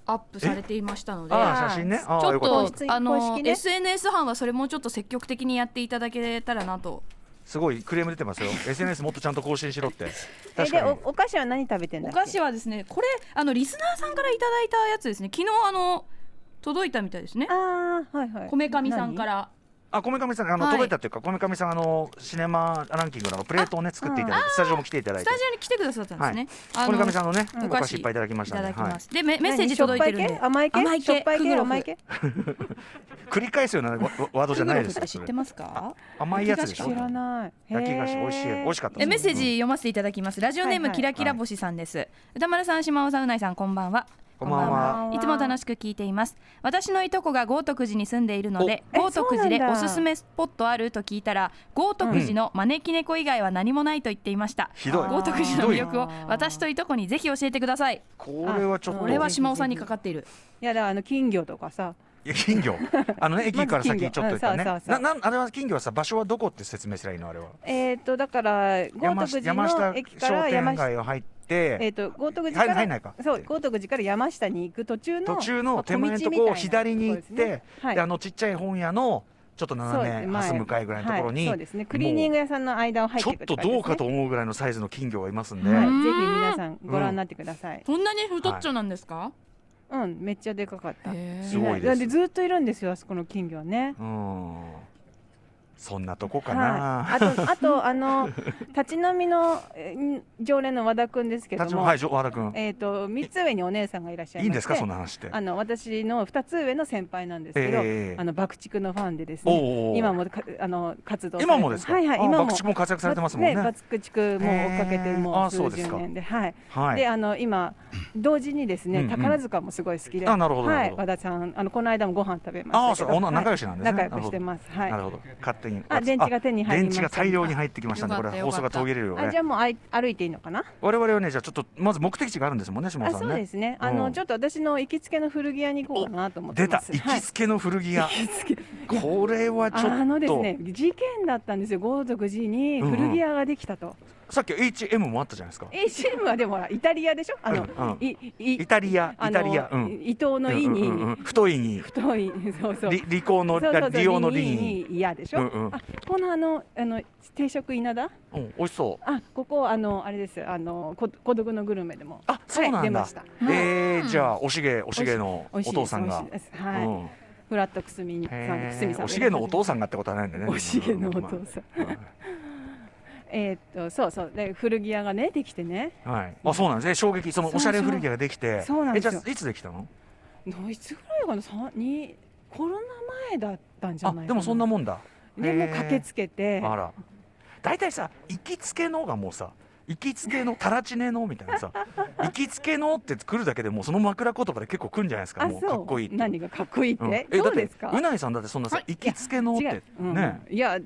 S4: アップされていましたので
S2: ああ写真ねあ
S4: ち
S2: あ
S4: ょ
S2: よかった
S4: っと
S3: 公式
S4: あ
S3: 公
S4: の、
S3: 式ね
S4: SNS 班はそれもちょっと積極的にやっていただけたらなと
S2: すごいクレーム出てますよ SNS もっとちゃんと更新しろって
S3: え、
S2: 確
S3: で、
S2: か
S3: お
S2: に、
S3: お菓子は何食べてんだ
S4: お
S3: っけ。
S4: 菓子はですねこれあのリスナーさんからいただいたやつですね昨日あの届いたみたいですね
S3: ああ、はいはい。
S4: こめかみさんから
S2: あこめかみさんあの、
S4: はい
S2: 届いたっていうかこめかみさんあのシネマランキングのプレートをね作っていただいてスタジオも来ていただい
S4: ス
S2: て
S4: タジオに来てくださったんですね、あ
S2: こめかみさんのね
S4: うん
S2: お菓子いっぱいいただきま
S4: い
S2: した
S4: た
S2: んで
S4: だき
S2: はい
S4: ます、でメメ
S3: 何
S4: ッセージ届いてるん
S3: しょっ
S4: で
S3: ぱい系甘い系
S4: 系
S3: しょっぱい
S4: クグ
S3: 系
S4: ロフ
S3: 甘い系
S2: 繰り返すようなワワワードじゃないです
S4: クグロフって知ってますか
S2: 甘いやつでしょ
S3: 知らない
S2: 焼き菓子美味しい美味しかった
S4: えメッセージ
S2: うん
S4: 読ませていただきますラジオネー
S3: は
S4: ム、
S3: いはい
S4: キラキラ星さんです歌丸さん島尾さんうないさんこんばんは
S2: こんばんは
S4: こいつも楽しく聞いています私のいとこが豪徳寺に住んでいるので
S3: おえ
S4: 豪徳寺で
S3: そうな
S4: お
S3: んだ
S4: すすめスポットあると聞いたら豪徳寺の招き猫以外は何もないと言っていました、
S2: ひどい
S3: あー
S4: 豪徳寺の魅力
S3: あ
S4: を
S3: ー
S4: 私といとこにぜひ教えてください
S2: これはちょっと
S4: こ
S3: こ
S4: れ
S3: れ
S4: は
S3: は島
S4: 島尾
S3: 尾
S4: さ
S3: さ
S4: ん
S3: ん
S4: に
S3: に
S4: か
S3: か
S4: か
S3: か
S4: っている
S3: いやだからあの金魚とかさ
S2: いや金 魚あのね駅から先にちょっと行ったね
S3: まず金魚うんそうそうそ
S2: な
S3: う
S2: なんあれは金魚はさ場所はどこって説明すればいいのあれは
S3: えっ、とだから豪
S2: 山下
S3: 徳寺
S2: 山下
S3: の
S2: 商
S3: 駅から山
S2: 店
S3: 下
S2: 街を入っ
S3: え
S2: て
S3: っ、と豪徳寺か
S2: 入
S3: ら
S2: 入んないか
S3: そう豪徳寺から山下に行く途中の
S2: 途中
S3: ま
S2: の
S3: あ
S2: 手前の
S3: 小道
S2: と
S3: み
S2: こ
S3: たい
S2: を
S3: な
S2: 左に行っ
S3: とこです
S2: て
S3: ねはい
S2: であのちっちゃい本屋のちょっと
S3: そうです
S2: 斜
S3: ね
S2: め
S3: 前
S2: 蓮向かいぐらいのところに
S3: はいそうですねクリーニング屋さんの間を入っ
S2: ちょ
S3: て
S2: っ
S3: いく
S2: と
S3: 感じです
S2: ど
S3: ね
S2: うかと思うぐらいのサイズの金魚がいますんで
S3: はい、
S4: うん
S3: ぜひ皆さんご覧になってください。
S4: そんなに太っちょなんですか、
S3: うん、めっちゃでかかった。
S4: へー
S2: すごいです
S3: なんでずっといるんですよ、あそこの金魚はね。
S2: うんそんなとこか
S3: は、
S2: ない
S3: あと、あと、あの、 立ち飲みの、えー常連の和田くんですけど
S2: 立ち
S3: も。
S2: はいじょ和田君
S3: えっ、と、三つ上にお姉さんがいらっしゃいまして。
S2: いいんですかそんな話って
S3: あの、私の二つ上の先輩なんですけど、
S2: ええ
S3: あの、爆竹のファンでです
S2: お
S3: ね。
S2: うおうおう
S3: 今もか、あの、活動されて。
S2: 今もですか
S3: はいはい、今も。
S2: 爆竹も活躍されてますもんね
S3: 爆竹も追っかけて、
S2: へー
S3: も
S2: あ
S3: う
S2: そう
S3: 数
S2: です
S3: 十
S2: か
S3: 年で、はい。
S2: は
S3: で
S2: い
S3: あの今同時にですね、
S2: うんうん
S3: 宝塚もすごい好きで、
S2: あなるほど
S3: は
S2: なる
S3: い、
S2: ほど
S3: 和田さんあのこの間もご飯食べま
S2: ああ
S3: した
S2: そ
S3: け
S2: う
S3: ど、
S2: おな仲
S3: は
S2: 良
S3: い
S2: しなんですね
S3: 仲良くしてますは
S2: なる
S3: い
S2: ほど勝手に
S3: あ電池が手に入
S2: 電
S3: りまし
S2: 池
S3: た
S2: が大量に入ってきましたんでこ
S4: よか
S2: れ
S4: った
S2: 放
S4: よか
S2: 送
S4: った
S2: が途切れるよ
S3: あじゃ
S2: ね
S3: あもうあい歩いていいのかな、
S2: 我々はねじゃあちょっとまず目的地があるんですもんね下
S3: あ
S2: 尾さ
S3: そ
S2: ん
S3: うで
S2: ね
S3: すね
S2: うん
S3: あのちょっと私の行きつけの古着屋に行こうかなと思って
S2: 出た
S3: ます
S2: 行きつけの古着屋
S3: はい、こ
S2: これはちょ
S3: あの
S2: っ
S3: です
S2: と
S3: ね事件だったんですよ豪族寺に古着屋ができたと、
S2: さっき HM もあったじゃないですか
S3: ACM はでもほらイタリアでしょあの、
S2: うんうん
S3: いい
S2: イタリア
S3: あ
S2: イ
S3: の
S2: タリアうん
S3: 伊藤の「い」に、
S2: うんうんうん太いに
S3: 太い そうそう
S2: り利口の
S3: そうそうそう
S2: 利用の利
S3: に
S2: に、
S3: に嫌でしょ、
S2: うんうん
S3: あこのあのあの定食稲田
S2: うん、美味しそう
S3: あここあのあれですあのこ孤独のグルメでも
S2: あそうなんだ
S3: はい、出ました
S2: えー、じゃあおしげおしげのお父さんが
S3: 美味しいですはい、
S2: うん
S3: フラットくすみにさんくすみ
S2: へ
S3: さ
S2: ー
S3: ん
S2: おしげのお父さんがってことはないんだね
S3: おしげのお父さん、
S2: うんはい
S3: えーっとそうそうで古着屋がねできてね
S2: はい、あそうなんですね衝撃そのおしゃれ古着屋ができて
S3: そうなんですよ
S2: えじゃあいつできたの
S3: のいつぐらいかなさんにコロナ前だったんじゃ
S2: あ
S3: ないかな
S2: でもそんなもんだ
S3: で
S2: へ
S3: も
S2: ー
S3: 駆けつけて
S2: あら大体さ行きつけのがもうさ行きつけのたらちねのみたいな さ行きつけのって来るだけでもうその枕言葉で結構来るんじゃないですかもうかっこいいって
S3: 何がかっこいいって、
S2: うんえ
S3: ど
S2: だっ
S3: う
S2: て
S3: ですか
S2: うないさんだってそんなさ
S4: はい
S2: 行きつけのっ
S3: 違
S2: て
S3: う、うん
S2: ね
S3: いや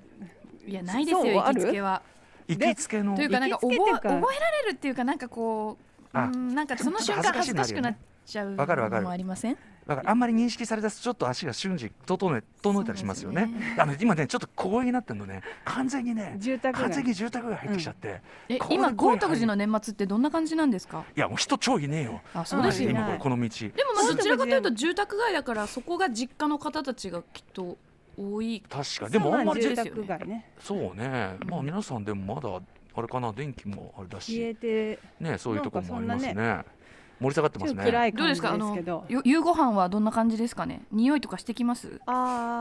S4: いやないです
S3: そう
S4: よ
S3: あ
S4: 行
S3: る
S4: きつけは
S2: 行きつけの
S4: というかなんか覚え
S3: 行きつけっていうか
S4: 覚えられるっていうかなんかこうう
S2: あ
S4: んなんかその瞬間恥ずかしくなっちゃう
S2: わかるわかる
S4: のもありません
S2: だからあんまり認識されたらちょっと足が瞬時整え整えたりしますよね
S4: そうです
S2: あの今ねちょっと小声になってるのね完全にね
S3: 住宅
S2: 完
S3: 街
S2: 全に住宅街入ってきちゃって、
S8: え
S2: ここで
S8: 今
S2: 声
S8: 豪徳寺の年末ってどんな感じなんですか
S2: いやもう人超いねえよ
S8: あそうですよ
S3: ね
S2: 今これこの道
S8: でもまあどちらかというと住宅街だからそこが実家の方たちがきっと多い
S2: 確かでもあんまり
S8: そ
S3: 住
S8: うなんですよね
S3: 宅街ね
S2: そうね、まあ皆さんでもまだあれかな電気もあれだ
S3: 消
S2: し、
S3: えて
S2: ねそういうとこもあります
S3: な
S2: ね。
S3: んか
S2: 盛り下がって
S3: ち
S2: ま
S3: ょ
S2: す
S3: っと暗
S2: ね。
S3: い
S8: ど
S3: 感
S8: う
S3: じで
S8: ですか
S3: す
S8: あの
S3: けど
S8: ゆ夕ご飯はどんな感じですかね匂いとかしてきます
S3: あ
S2: あ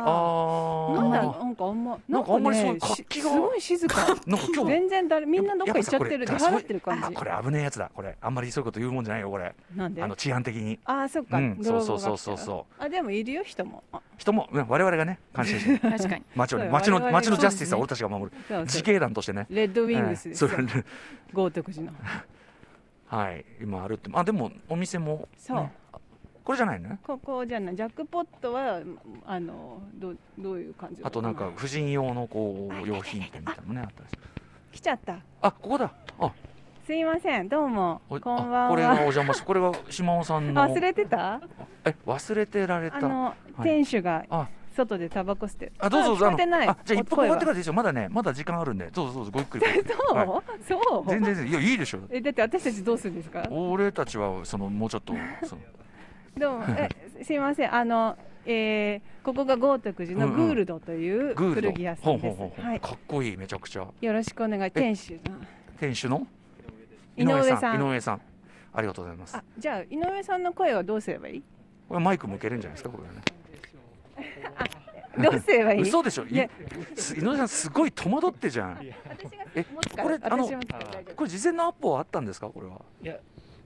S3: あ
S2: あ
S3: なんだ
S2: な
S3: ろう
S2: か
S3: んなんかあんま
S2: なんかあんまりそういう
S3: なんかね
S2: 活気が
S3: しすごい 静か
S2: 今日
S3: 全然誰みんなどっか行っちゃってる出
S2: やぱさ
S3: 払
S2: これ
S3: ってる感
S2: あ
S3: じ
S2: これ危ねえやつだこれあんまりそういうこと言うもんじゃないよこれ
S3: なんで
S2: あの治安的に。
S3: ああそっ
S2: う
S3: か、
S2: んそう
S3: 泥
S2: そ
S3: 棒
S2: う
S3: が来た
S2: そ
S3: ら
S2: うそうそう
S3: あでもいるよ人もあ
S2: 人も、ね、我々がね感心 して
S8: 確かに
S2: 街をね
S3: そう
S2: 街の
S3: 我々
S2: 街の
S3: そう
S2: ジ
S3: で
S2: ャ
S3: すね
S2: スティスは俺たちが守る
S3: そうそう
S2: 自警団としてね。
S3: レッドウィングスですよ、
S2: ええそれ
S3: 豪徳寺の
S2: はい今あるってあでもお店も、
S3: そう
S2: ねこれじゃないね。
S3: ここじゃないジャックポットはあのどうどういう感じ
S2: あとなんか婦人用のこ
S3: あ
S2: う用品店みたいなのもねあったりする
S3: 来ちゃった
S2: あここだあ
S3: すいませんどうも
S2: お
S3: こんば
S2: あ
S3: ん
S2: これがお
S3: は
S2: 邪魔しこれが島尾さんの
S3: 忘れてた
S2: え忘れてられ
S3: あ
S2: た
S3: の
S2: い
S3: 店主が
S2: あ
S3: 外でタバコ吸って
S2: あどうぞどうぞ
S3: あ
S2: あ
S3: 聞こえてない
S2: あじゃあ一服終
S3: 声
S2: わ
S3: は
S2: ってからでいいですよまだねまだ時間あるんでどうぞどうぞごゆっく り
S3: そう、
S2: は
S3: そう
S2: 全然全然いやいいでしょ
S3: えだって私たちどうするんですか
S2: 俺たちはそのもうちょっとその
S3: どうも えすいませんあのえー、ここが豪徳寺のグールドという
S2: グールド
S3: 古着屋さんです、
S2: ほうほうほうほう
S3: はい
S2: かっこいいめちゃくちゃ
S3: よろしくお願い店主の
S2: 店主の
S3: 井上さん
S2: 井上さんありがとうございます
S3: あじゃあ井上さんの声はどうすればいい
S2: これマイク向けるんじゃないですかこれね
S3: どうすればいい
S2: 嘘でしょい
S3: いや
S2: す井上さんすごい戸惑ってじゃん
S3: 私が
S2: え
S3: 持つから
S2: これあの
S3: 私持つから大丈夫
S2: これ事前のアポはあったんですかこれは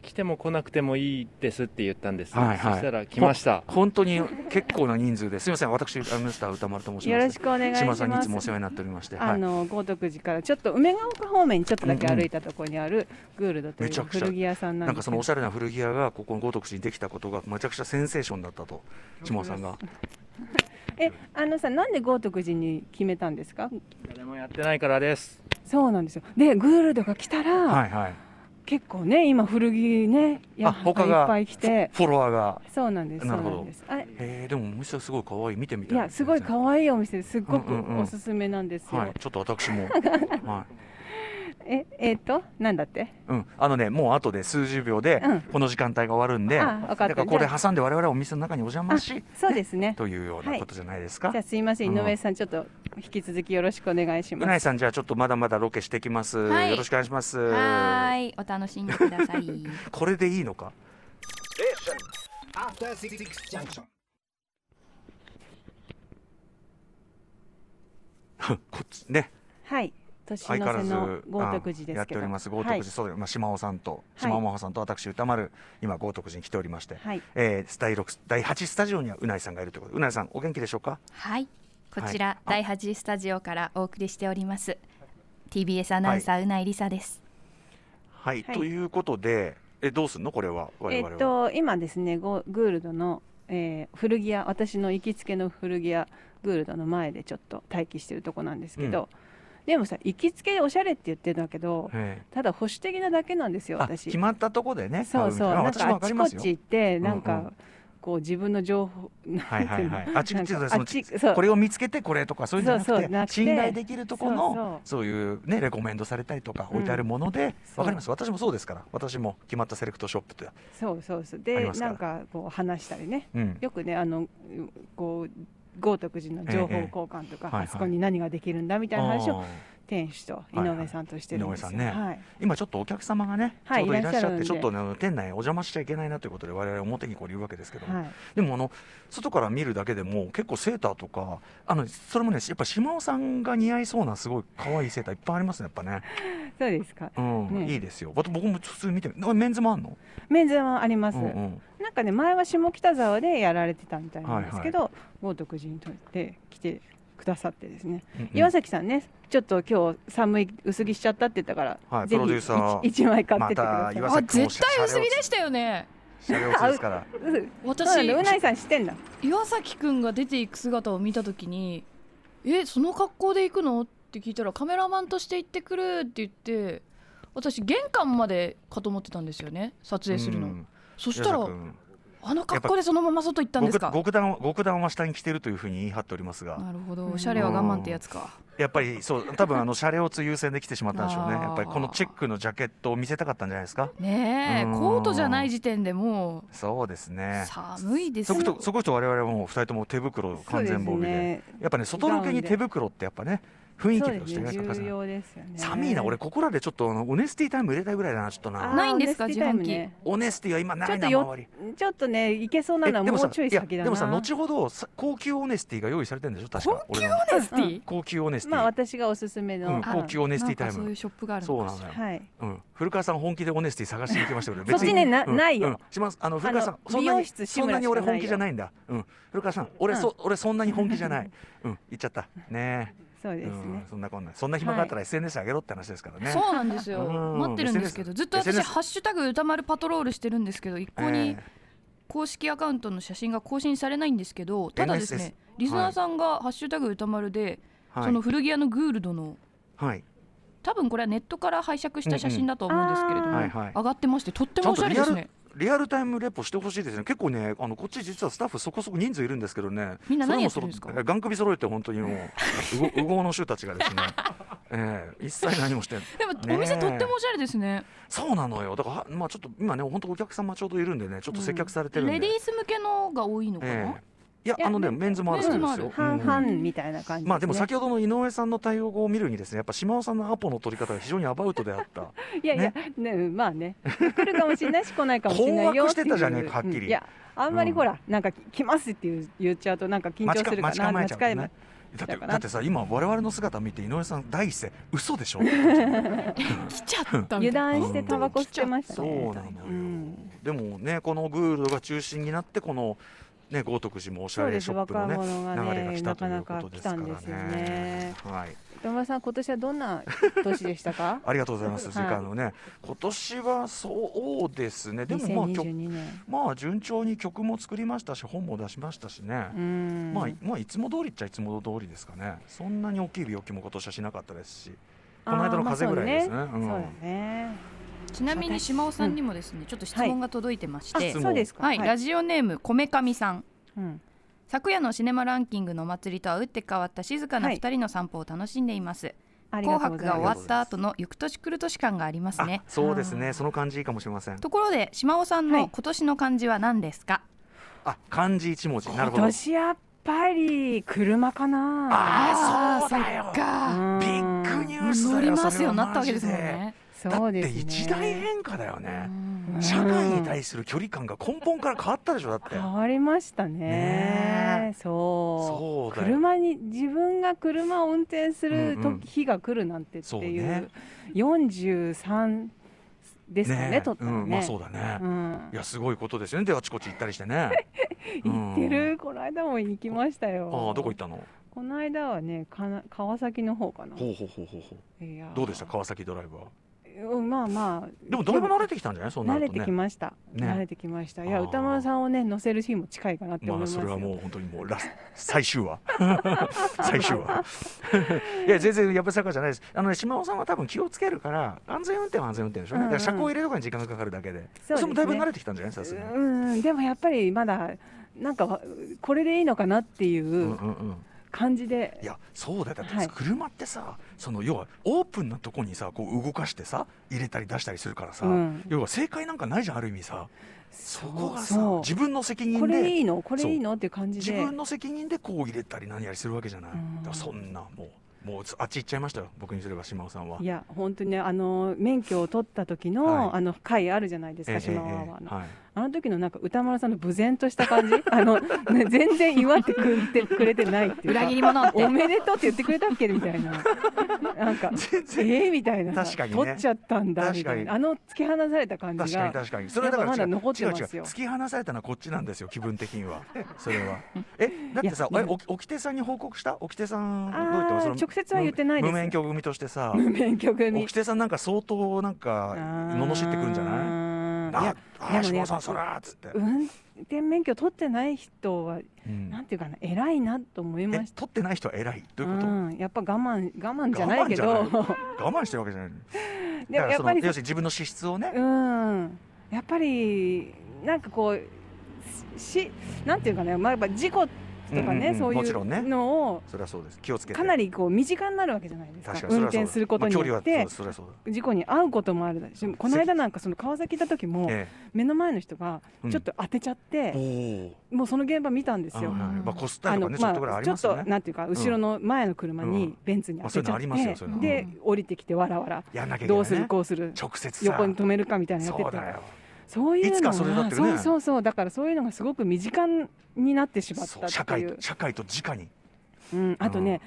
S9: 来ても来なくてもいいですって言ったんです、
S2: はいはい
S9: そしたら来ました
S2: 本当に結構な人数ですいません私アムスター歌丸と申します
S3: よろしくお願いし
S2: 島
S3: ま
S2: 田
S3: す
S2: さんにいつもお世話になっておりまして、は
S3: あ
S2: い、
S3: の豪徳寺からちょっと梅ヶ丘方面にちょっとだけ歩いたところにあるグールドとい
S2: めちゃ
S3: う
S2: くちゃ
S3: 古着屋さんな
S2: なん
S3: ん
S2: か
S3: です
S2: その
S3: けど
S2: おしゃれな古着屋がここの豪徳寺にできたことがめちゃくちゃセンセーションだったと島尾さんが
S3: えあのさなんで豪徳寺に決めたんですか
S9: 誰もやってないからです
S3: そうなんですよでグールドが来たら、
S2: はいはい
S3: 結構ね今古着ねや
S2: あ他
S3: い
S2: が
S3: っぱい来て
S2: フォロワーが
S3: そうなんですそ
S2: な
S3: う
S2: る
S3: な
S2: ほど
S3: んですあ
S2: えー、でもお店はすごい可愛い見てみた
S3: い
S2: い
S3: やすごい
S2: 愛
S3: 可愛いお店ですごく
S2: うんうんうん
S3: おすすめなんですよ、
S2: はいちょっと私 もはい
S3: ええっ、となんだって
S2: うん、あのねもうあとで数十秒で
S3: うん
S2: この時間帯が終わるんで、
S3: あわかった
S2: だからこれ
S3: じゃ
S2: 挟んで我々はお店の中にお邪魔し
S3: そうですね
S2: というようなことじゃないですか、
S3: じゃあすいません井上さんちょっと引き続きよろしくお願いし
S2: う
S3: ま
S2: ない
S3: す
S2: さんじゃあちょっとまだまだロケしてきます、
S8: はい
S2: よろしくお願いします
S8: はーいお楽しみくださ い
S2: これでいいのか
S5: Station. After six junction.
S2: こっちね
S3: はい年
S2: 相変わら
S3: の瀬
S2: ず
S3: の豪徳
S2: あ
S3: 寺ですけど
S2: んやっております豪徳
S3: はい
S2: 寺、そうでまあ島尾さんと島尾真帆さんと私歌丸今豪徳寺に来ておりまして、
S3: はい
S2: えー第六第八スタジオにはうないさんがいるということでうないさんお元気でしょうか
S8: はいこちら、第8スタジオからお送りしております TBS アナウンサーうないりさです、
S2: はい、
S3: はい
S2: ということでえどうすんのこれは我
S3: え
S2: 々は、
S3: っと今ですねゴグールドの、えー古着屋私の行きつけの古着屋グールドの前でちょっと待機してるとこなんですけど、でもさ行きつけでおしゃれって言ってるんだけど
S2: え
S3: ただ保守的なだけなんです
S2: え
S3: よ
S2: あ
S3: 私
S2: 決まったとこでね
S3: そうそ
S2: 買
S3: う
S2: う
S3: なん
S2: みたい
S3: か
S2: な私も
S3: あ
S2: わかり
S3: ち
S2: ま
S3: こ
S2: す
S3: ち
S2: よ
S3: 行ってなんか、
S2: うんう
S3: こう自分の情報
S2: はいはいはい。あち
S3: なん
S2: ち
S3: か
S2: その
S3: あちそう
S2: これを見つけてこれとかそういうんじゃなくて
S3: そうそうなくて
S2: 信頼できるところの
S3: そ
S2: そうう
S3: そう
S2: いうねレコメンドされたりとか
S3: うん
S2: 置いてあるもので、
S3: そう
S2: わかります私もそうですから私も決まったセレクトショップって、
S3: そうそうそう
S2: あり
S3: で
S2: ますか
S3: な
S2: ら
S3: んかこう話したりね
S2: うん、
S3: よくねあのうこう豪徳寺の情報
S2: ええ
S3: 交換とか、
S2: はいはい
S3: あそこに何ができるんだみたいな話を
S2: あー
S3: 店主と井
S2: はいはい
S3: 上さんとしてるんですよ、
S2: 井上さんね
S3: はい
S2: 今ちょっとお客様がね、
S3: はい
S2: ちょうどいらっしゃ
S3: いらっし
S2: っ
S3: ゃるんで
S2: てちょっとねあの店内お邪魔しちゃいけないなということで我々表にこういるわけですけども、
S3: はい、
S2: でもあの外から見るだけでも結構セーターとかあのそれもねやっぱ島尾さんが似合いそうなすごい可愛いセーターいっぱいありますねやっぱね、
S3: そうですか
S2: うん
S3: ね
S2: いいですよあと僕も普通に見てみメンズもあんの、
S3: メンズはあります、
S2: うんうん
S3: なんかね前は下北沢でやられてたみたいなんですけど、豪徳寺にとって来てくださってですね、
S2: うん
S3: 岩崎さんねちょっと今日寒い薄着しちゃったって言ったから、
S2: はい
S3: ぜ
S2: プロデューサー
S3: ひ一一枚買ってってくだ
S2: また岩
S3: さ
S2: 崎
S4: あ絶対薄着でしたよね
S2: シャレオツです から。
S3: い、うんそうな
S4: 私
S3: んだうないさん知ってんだ
S4: 岩崎くんが出ていく姿を見た時に「えその格好で行くの?」って聞いたら「カメラマンとして行ってくる」って言って私玄関までかと思ってたんですよね撮影するの、
S2: うん
S4: そしたら
S2: 岩崎君
S4: あの格好でそのまま外行ったんですか
S2: 極極段極段は下に着てるというふうに言い張っておりますが、
S4: なるほどおしゃれは我慢ってやつか
S2: やっぱりそう多分あのシャレオツ優先で来てしまったんでしょうね。
S4: あー
S2: やっぱりこのチェックのジャケットを見せたかったんじゃないですか。
S4: ねえ
S2: うん
S4: コートじゃない時点でも
S2: そうです
S4: う
S2: ね。
S4: 寒いで
S2: そ
S4: すよ
S2: ことそこと我々はもう二人とも手袋完全防
S3: そ
S2: 備
S3: う
S2: で
S3: ですね
S2: やっぱね外ロケに手袋ってやっぱね雰囲気として
S3: そう
S2: ね
S3: です
S2: 欠か
S3: ね
S2: せ
S3: 重
S2: ない
S3: 要ですよね
S2: 寒いな俺ここらでちょっとあのオネスティタイム入れたいぐらいだなちょっと
S3: あー
S2: な
S8: ないんですか
S3: オネスティタイムね
S2: オネスティは今な
S3: ちょっ
S2: い
S3: と
S2: な
S3: よ
S2: 周り
S3: ちょっとねいけそうな
S2: え
S3: のは
S2: でも
S3: も
S2: さ
S3: うちょい
S2: いや
S3: 先だな
S2: でもさ後ほどさ高級オネスティが用意されてるんでしょ確か俺の
S4: ネスティ
S2: 高級オネスティ、
S3: まあ私がおすすめの、
S2: うん、
S3: あ
S2: 高級オネス
S4: な
S2: ティ
S4: ん
S2: タイ
S4: かそうい
S2: ム
S4: うショップがある
S2: そう
S4: の
S2: な
S4: かし
S2: の
S4: ら
S2: よ、
S3: はい
S2: うん、古川さん本気でオネスティ探しに行きましたけど
S3: そっちねな
S2: うん
S3: ないよ
S2: うん島さんあの古川さん
S3: あの
S2: そんな
S3: 美容
S2: に
S3: 室志
S2: そん
S3: 村
S2: なに俺
S3: しかないよ
S2: 本気じゃないんだ、うん、古川さん俺,、そ俺そんなに本気じゃない、うん、言っちゃったね
S3: そう
S2: え
S3: です
S2: うん
S3: ね、
S2: そんなこんなそんな暇があったら SNS 上げろって話ですからね、
S8: そうなんですよ
S2: うん
S8: 待ってるんですけ
S2: SNS
S8: どずっと私「
S2: SNS
S8: ハッシュタグ歌丸パトロール」してるんですけど一向に
S2: え
S8: 公式アカウントの写真が更新されないんですけどただです
S2: NSS
S8: ねリスナーさんが「ハッシュタグ歌丸」で
S2: えは
S8: その古着屋のグールドの
S2: い、はい、
S8: 多分これはネットから拝借した写真だと思うんですけれど
S3: う
S2: うん
S3: ん
S8: も
S2: あーはいはい
S8: 上がってましてとってもおしゃれですね
S2: リアルタイムレポしてほしいですね結構ねあのこっち実はスタッフそこそこ人数いるんですけどね
S8: みんな
S2: それ
S8: 何
S2: も
S8: やって
S2: そ
S8: る
S2: ろ
S8: んですか
S2: ガン首揃えて本当にもううごうごうの衆たちがですね、ええ一切何もしてない
S8: でも
S2: え
S8: お店とってもおしゃれですね
S2: そうなのよだからはまあちょっと今ね本当お客様ちょうどいるんでねちょっと接客されてるんで、
S8: レディース向けのが多いのか
S2: え
S8: な
S2: えいや
S3: いや
S2: あのねメンズもあるそうですよ
S3: 半
S2: うん
S3: 々みたいな感じです、ね
S2: まあでも先ほどの井上さんの対応を見るにですねやっぱ島尾さんのアポの取り方が非常にアバウトであった
S3: いやいや、ね、まあね、来るかもしれないし、来ないかもしれないよって
S2: 困惑
S3: いう。
S2: してたじゃねえかはっきり
S3: うんいや、あんまりほら、なんかき来ますっていう言っちゃうと、なんか 緊張するかな。
S2: 待ちか待ち構えちゃうもんね
S3: 待
S2: だって
S3: だから
S2: だってさ今我々の姿見て井上さん第一声嘘でしょ って言ってましたよ
S4: 来ちゃった
S3: ち構え
S4: み
S3: 油
S4: たい
S3: 断してタバコ吸ってました
S2: そう
S3: ね。
S2: なのよ、
S3: うん
S2: でもねこのグールドが中心になってこのね豪徳寺もおし
S3: そ
S2: ゃ
S3: う
S2: れ
S3: で
S2: シ
S3: す
S2: ョップ
S3: 若
S2: のね
S3: 者が
S2: 流れが
S3: ね
S2: 来
S3: な
S2: たと
S3: か
S2: い
S3: な
S2: うこ
S3: か
S2: とで
S3: 来
S2: すから
S3: たん
S2: ね
S3: ですよね。
S2: はい？
S3: 田村さん今年はどんな年でしたか
S2: ありがとうございます。
S3: はい
S2: 時間のね、今年はそうですね。でも
S3: 2022
S2: まあ曲
S3: 年。
S2: まあ順調に曲も作りましたし、本も出しましたしね。
S3: うん。
S2: まあいまあいつも通りっちゃいつも通りですかね。そんなに大きい病気も今年はしなかったですし、この間の風邪ぐらいですね。
S3: あーまあそ
S2: う
S3: う
S2: ん
S3: ねそうだね。
S8: ちなみに島尾さんにもですねちょっと質問が届いてまし
S2: は
S8: て
S2: い質問
S3: そうですか。
S8: はいラジオネームこめかみさん
S3: うん
S8: 昨夜のシネマランキングのお祭りとは打って変わった静かな
S3: はい
S8: 2人の散歩を楽しんでいます、
S3: ありが
S8: 紅
S3: とうご
S8: 白
S3: ざいます
S8: が終わった後の翌年来る年感があります
S2: あ
S8: ね
S2: そうですね。その感じいいかもしれません。
S8: ところで島尾さん
S3: は
S8: の
S3: い
S8: 今年の漢字は何ですか、
S2: あ、漢字一文字。なるほど。
S3: 今年やっぱり車かな。
S2: ああ、そうだよ。
S8: か
S2: ビ
S3: うん
S2: ッグニュースだ
S8: 乗
S2: よ。
S8: りますよ
S2: それは
S8: なったわけですもんね
S2: マ
S3: そう
S2: ジで。
S3: で
S2: だっ
S3: す
S2: て
S3: ね。
S2: 一大変化だよ
S8: う
S2: ね。
S8: ん
S3: うん
S2: 社会に対する距離感が根本から変わったでしょだって。
S3: 変わりましたね
S2: ね
S3: そ
S2: そ
S3: う
S2: うだよ
S3: 車に自分が車を運転する
S2: う
S3: 時、
S2: んうん
S3: 日が来るなんてって
S2: そう
S3: い
S2: ね
S3: う43ですかね
S2: え
S3: 取った
S2: う
S3: らね、
S2: ん、まあそうだね、
S3: うん
S2: いやすごいことですよねであちこち行ったりしてね
S3: 行って
S2: うん
S3: るこの間も行きましたよ
S2: ああどこ行ったの
S3: この間はねかな川崎の方かな
S2: ほうほうほうほうほ
S3: いうや
S2: どうでした川崎ドライブは
S3: ううんまあまあ
S2: でもだいぶ慣れてきたんじゃないそんな
S3: 慣
S2: る
S3: れ
S2: と
S3: て
S2: ね
S3: きました、
S2: ね
S3: 慣れてきましたいや
S2: あー
S3: 歌丸さんをね乗せる日も近いかなって思
S2: ま
S3: い
S2: あ
S3: ます
S2: そ
S3: よ、
S2: れはもう本当にもうラス 最終話最終話 いや全然やぶさかじゃないですあのね島尾さんは多分気をつけるから安全運転は安全運転でしょうね、
S3: うんう
S2: だ
S3: ん
S2: から車高入れとかに時間がかかるだけで
S3: すね
S2: れもだいぶ慣れてきたんじゃないさすがに
S3: うんでもやっぱりまだなんかわこれでいいのかなってい
S2: うんうん
S3: う
S2: うん
S3: 感じで
S2: い、やそうだよだって、
S3: はい
S2: 車ってさその要はオープンなとこにさこう動かしてさ入れたり出したりするからさ、
S3: うん
S2: 要は正解なんかないじゃんある意味さそこがさ
S3: そう
S2: 自分の責任
S3: これい
S2: で
S3: いのこれいいのっていう感じ
S2: 自
S3: で
S2: 分の責任でこう入れたり何やりするわけじゃない、
S3: うん。
S2: だからそんなもうもうあっち行っちゃいましたよ僕にすれば島尾さんはい
S3: や本当にねあの免許を取った時の、
S2: はい
S3: あの回あるじゃないです
S2: ええ
S3: か島ワワの、
S2: ええはい
S3: あの時のなんか歌丸さんの無然とした感じ あの、ね、全然祝ってくれてくれてないっていうか
S8: 裏切り者って
S3: おめでとうって言ってくれたっけみたいななん か
S2: 全
S3: え
S2: 然
S3: ー、みたいなさ
S2: 確かにね
S3: 取っちゃったんだみたい
S2: 確か
S3: なあの突き放された感
S2: 確
S3: じ
S2: かに
S3: が
S2: 確かにそれはだから
S3: やっぱまだ
S2: 違う
S3: 残ってますよ
S2: 違う違う突き放されたのはこっちなんですよ気分的に はそれはえだってさ
S3: いや
S2: えおおきてさんに報告したおきてさん
S3: あ
S2: どう言って
S3: ー
S2: もその
S3: 直接は言ってないです
S2: 無免許組としてさ
S3: 無免許
S2: お
S3: 組
S2: きてさんなんか相当なんか罵ってくるんじゃない
S3: あーい
S2: あ
S3: や
S2: あ
S3: でもね
S2: ー島尾さ
S3: やっぱ
S2: んそらーっつって、
S3: 運転免許取ってない人は
S2: うん
S3: なんていうかな偉いなと思い
S2: え
S3: ました
S2: 取ってない人は偉いどういうこと、
S3: ん、やっぱ我慢我慢じゃないけ
S2: 我
S3: ど
S2: 慢じゃ我慢してるわけじゃない だか
S3: でも
S2: ら
S3: やっ
S2: そ
S3: ぱ
S2: の
S3: り
S2: 要するに自分の資質をね、
S3: うんやっぱりなんかこうしなんていうかね、まあ、やっぱ事故とか
S2: うんうん
S3: ね、
S2: うん
S3: そう
S2: もち
S3: い
S2: ろんね
S3: うのを
S2: それはそうです気をつけて
S3: かなりこう身近になるわけじゃないですか
S2: 確かにそ
S3: 運
S2: れはそう
S3: 転
S2: だ
S3: することに
S2: ま
S3: よ
S2: あ
S3: っ
S2: 距離
S3: て
S2: は。そうそれはそうだ
S3: 事故に遭うこともあるだしこの間なんかその川崎行った時も
S2: え
S3: 目の前の人がちょっと当てちゃっ
S2: えお
S3: て、
S2: ー
S3: もうその現場見たんですよ。
S2: あーまあ、コスタ
S3: あ
S2: とかね、
S3: の
S2: ちょっとぐらいあり
S3: ちょ
S2: ま
S3: っ
S2: すよ
S3: と
S2: ね。
S3: なんていうか後ろの前の車
S2: うん
S3: にベンツに当て
S2: まあそういう
S3: ち
S2: の
S3: ゃ
S2: あ
S3: っ
S2: りますよ
S3: て
S2: そういうの
S3: で降りてきてわらわら
S2: やんなきゃいけない、
S3: ど
S2: ね。
S3: うするこうする
S2: 直接さ
S3: 横に止めるかみたいなのや
S2: そ
S3: って
S2: う
S3: た
S2: だよ。
S3: そういうの
S2: いつかそれだってね
S3: そうそうそうだからそういうのがすごく身近になってしまっ
S2: そう
S3: た
S2: 社
S3: って
S2: 会
S3: いう
S2: と社会と直に。
S3: うん、あとね、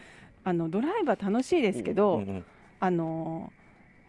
S3: あのドライバー楽しいですけど、
S2: うんうん
S3: あの